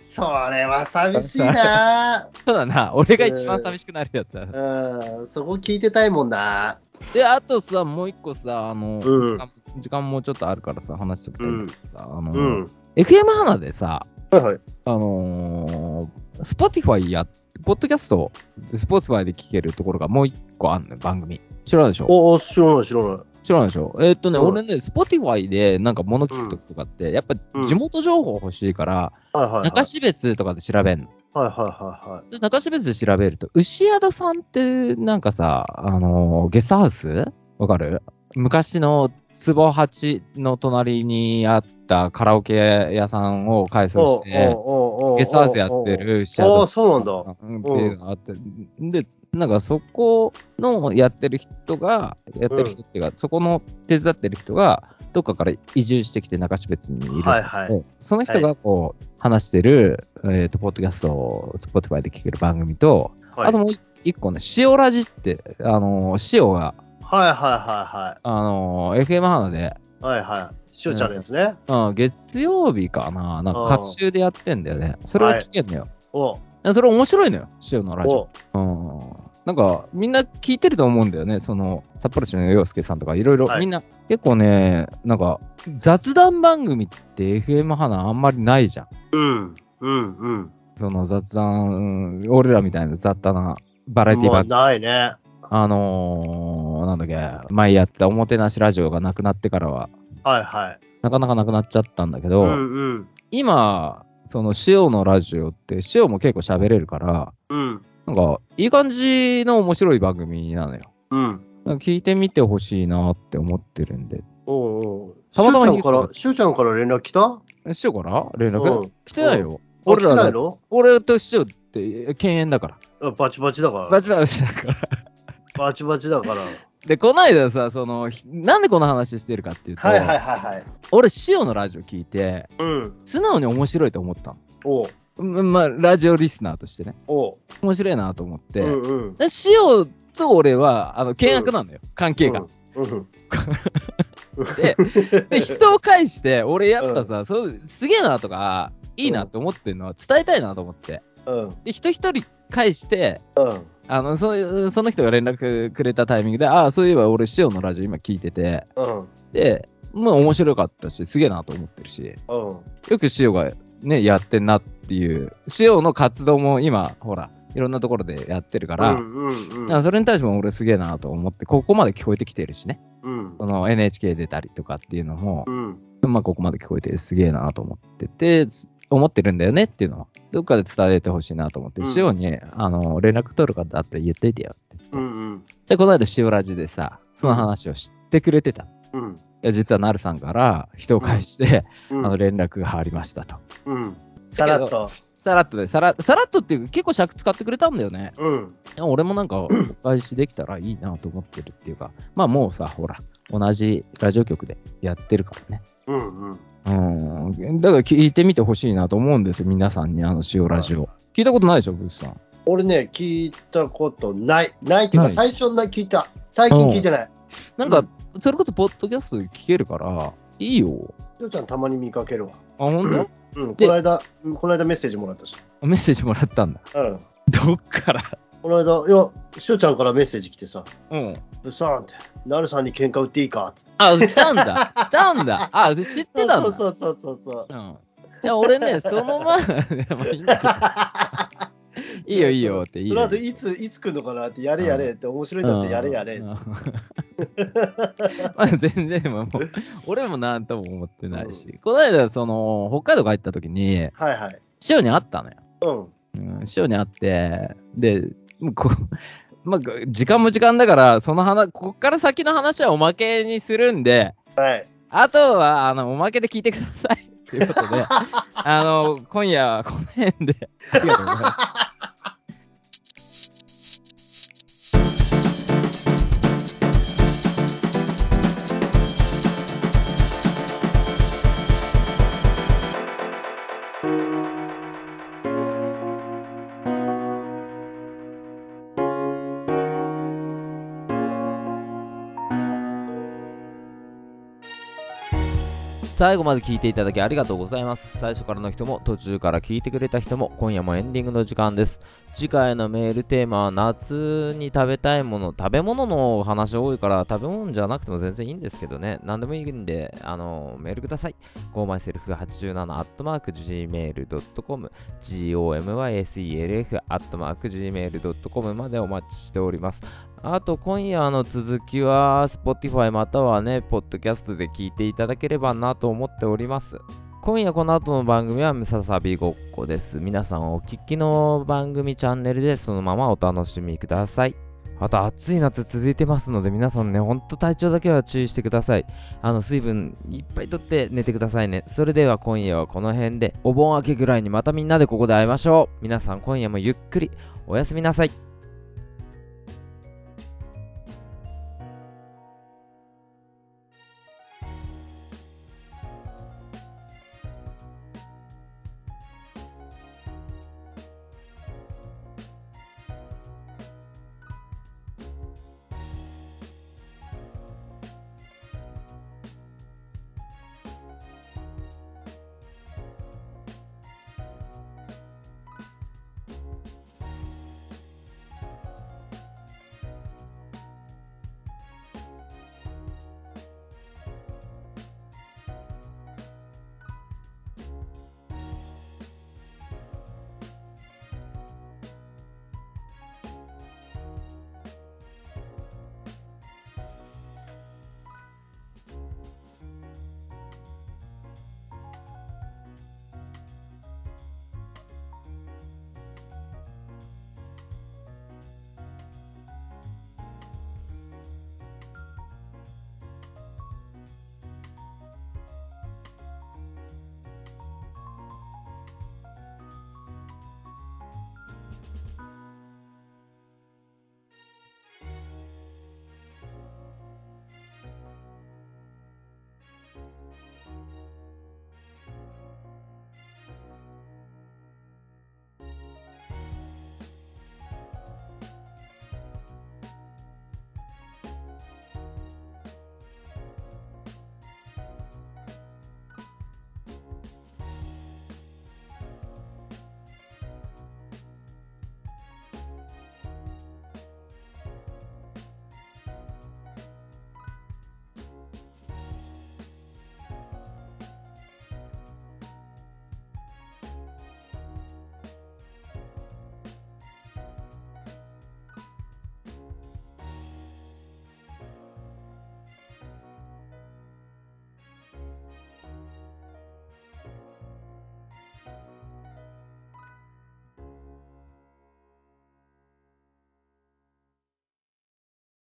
C: それは寂しいな。
A: そうだな、俺が一番寂しくなるやつだ。
C: うん。そこ聞いてたいもんな。
A: で、あとさ、もう一個さ、あのー
C: うん
A: 時間時間もうちょっとあるからさ、話しておきたいんだけどさ、あのー
C: うん。
A: FM 花でさ、
C: はいはい。
A: あのー、Spotify や、ポッドキャスト、Spotify で聴けるところがもう一個あんのよ、番組。知らないでしょ
C: おお、知らない、知らない。
A: 知らないでしょえーっとね、
C: うん
A: 俺ね、Spotify でなんか物聞くときとかって、やっぱ
C: うん
A: 地元情報欲しいから、
C: はいはいはい。
A: 中標別とかで調べんの。
C: はいはいはいはい。
A: で中標別で調べると、牛宿さんってなんかさ、あのー、ゲストハウスわかる昔の壺八の隣にあったカラオケ屋さんを改装して、
C: おうおうおうおうおう
A: ゲストハウスやってるシア
C: あ
A: タ
C: あ、そうなんだ。
A: うんっていうのがあって、で、なんかそこのやってる人が、やってる人っていうか、そこの手伝ってる人が、どっかから移住してきて中標津にいる、
C: はいはい。
A: でその人がこう、話してる、えっ、と、ポッドキャストを Spotify で聞ける番組と、
C: はい
A: あともう一一個ね、塩ラジって、あのー塩が、
C: はいは
A: あのー FM 花で、
C: いはいはい。はいはい。しおちゃんのやつね。
A: うん、月曜日かな、なん
C: あ
A: か、
C: ー
A: 隔週でやってんだよね。それを聞けんのよ。
C: おう
A: それ面白いのよ、塩のラジオ。
C: おう
A: うん。なんか、みんな聞いてると思うんだよね。その、札幌市の洋介さんとか、いろいろ
C: は、い
A: みんな、結構ね、なんか、雑談番組って FM 花あんまりないじゃん。
C: うん。うんうん。
A: その雑談、うん俺らみたいな雑多なバラエティ
C: もう
A: 番
C: ないね。
A: あのー、なんだっけ、前やってたおもてなしラジオがなくなってからは、
C: はいはい。
A: なかなかなくなっちゃったんだけ
C: う
A: ど、
C: んうん。
A: 今、その塩のラジオって、塩も結構喋れるから、
C: うん。
A: なんか、いい感じの面白い番組なのよ。
C: うん。
A: なんか聞いてみてほしいなって思ってるんで。
C: おうおう。し
A: たま
C: お
A: たま
C: ちゃ
A: ニュー
C: ん
A: ス
C: から、しおちゃんから連絡来た
A: え塩から連
C: う
A: 絡
C: ん
A: 来てないよ。
C: 俺
A: 俺
C: ら
A: ら
C: ない
A: だ。
C: の
A: 俺と塩って犬猿だから。
C: あバチバチだから。
A: バチバチだから。
C: バチバチだから。
A: で、こないださ、その、ひなんでこの話してるかっていうと、
C: はいはいはいはい。
A: 俺、塩のラジオ聞いて、
C: うん。
A: 素直に面白いと思ったの。
C: おう
A: うんまあ、ラジオリスナーとしてね、
C: おう。
A: 面白いなと思って、
C: う
A: で
C: んうん。
A: 塩と俺は、あの、険悪なんだよ、関係が。
C: うん。
A: で、で、人を介して、俺やっぱさ、そうすげえなとか、いいなって思ってるのは伝えたいなと思って。
C: うん。
A: で、人一人介して、
C: うん。
A: あの、そその人が連絡くれたタイミングで、ああ、そういえば俺、塩のラジオ今聞いてて、
C: うん。
A: で、まあ面白かったし、すげえなと思ってるし、
C: うん。
A: よく塩がね、やってんなっていう、塩の活動も今、ほら、いろんなところでやってるから、
C: うんうん
A: だからそれに対しても俺すげえなと思って、ここまで聞こえてきてるしね、
C: うん。
A: その NHK 出たりとかっていうのも
C: う、ん。
A: まあここまで聞こえてすげえなと思ってて、つ思ってるんだよねっていうのを、どっかで伝えてほしいなと思って
C: うん、
A: 塩に、あの、連絡取る方あったら言っといてよって。
C: うんうん。
A: じゃあこの間塩ラジでさ、その話を知ってくれてた。い
C: うん。
A: や実はなるさんから人を介して、
C: う
A: あの
C: ん。
A: 連絡がありましたと。
C: うん。さらっと。
A: さらっとで、さらさらっとっていうか結構尺使ってくれたんだよね。
C: うん。
A: いや俺もなんか、お返しできたらいいなと思ってるっていうか、まあもうさ、ほら、同じラジオ局でやってるからね。
C: うんうん。
A: うん。だから聞いてみてほしいなと思うんですよ、皆さんに、あの、塩ラジオ。聞いたことないでしょ、ブースさん。
C: 俺ね、聞いたことない。ないっていうか、
A: ない
C: 最初だけ聞いた。最近聞いてない。
A: なん
C: う
A: か
C: ん、
A: それこそ、ポッドキャストで聞けるから、いいよ。
C: りょうちゃんたまに見かけるわ。
A: あ、ほんと
C: うん、こ
A: で
C: の間、うんこの間メッセージもらったし。
A: メッセージもらったんだ。
C: うん。
A: どっから
C: この間、いや、しゅうちゃんからメッセージ来てさ、
A: うん。
C: ブサーンって、なるさんに喧嘩売っていいかつって。
A: あ、来たんだ。来たんだ。あ、知ってたんだ。
C: そうそうそうそうそう。
A: うん。いや、俺ね、その前、まあ いいんだけ どいいよ、いいよって、いい
C: その
A: よ
C: 後。いつ、いつ来るのかなって、やれやれって、面白いんだってやれやれ って
A: うん。まあ全然、もう、俺もなんとも思ってないし、この間、その、北海道帰った時に、
C: はいはい。
A: 塩に会ったのよ。
C: うん。
A: うん、塩に会って、で、もうこう、まあ、時間も時間だから、その話、こっから先の話はおまけにするんで、
C: はい。
A: あとは、あの、おまけで聞いてください。ということ で、あの、今夜はこの辺で、ありがとうございます。最後まで聞いていただきありがとうございます。最初からの人も途中から聞いてくれた人も今夜もエンディングの時間です。次回のメールテーマは夏に食べたいもの、食べ物のお話多いから食べ物じゃなくても全然いいんですけどね。何でもいいんで、あの、メールください。gomyself87-gmail.com gomyself.gmail.com までお待ちしております。あと今夜の続きは Spotify またはね、ポッドキャストで聞いていただければなと思っております。今夜この後の番組はムササビごっこです。皆さんお聞きの番組チャンネルでそのままお楽しみください。あと暑い夏続いてますので皆さんね、ほんと体調だけは注意してください。あの水分いっぱいとって寝てくださいね。それでは今夜はこの辺でお盆明けぐらいにまたみんなでここで会いましょう。皆さん今夜もゆっくりおやすみなさい。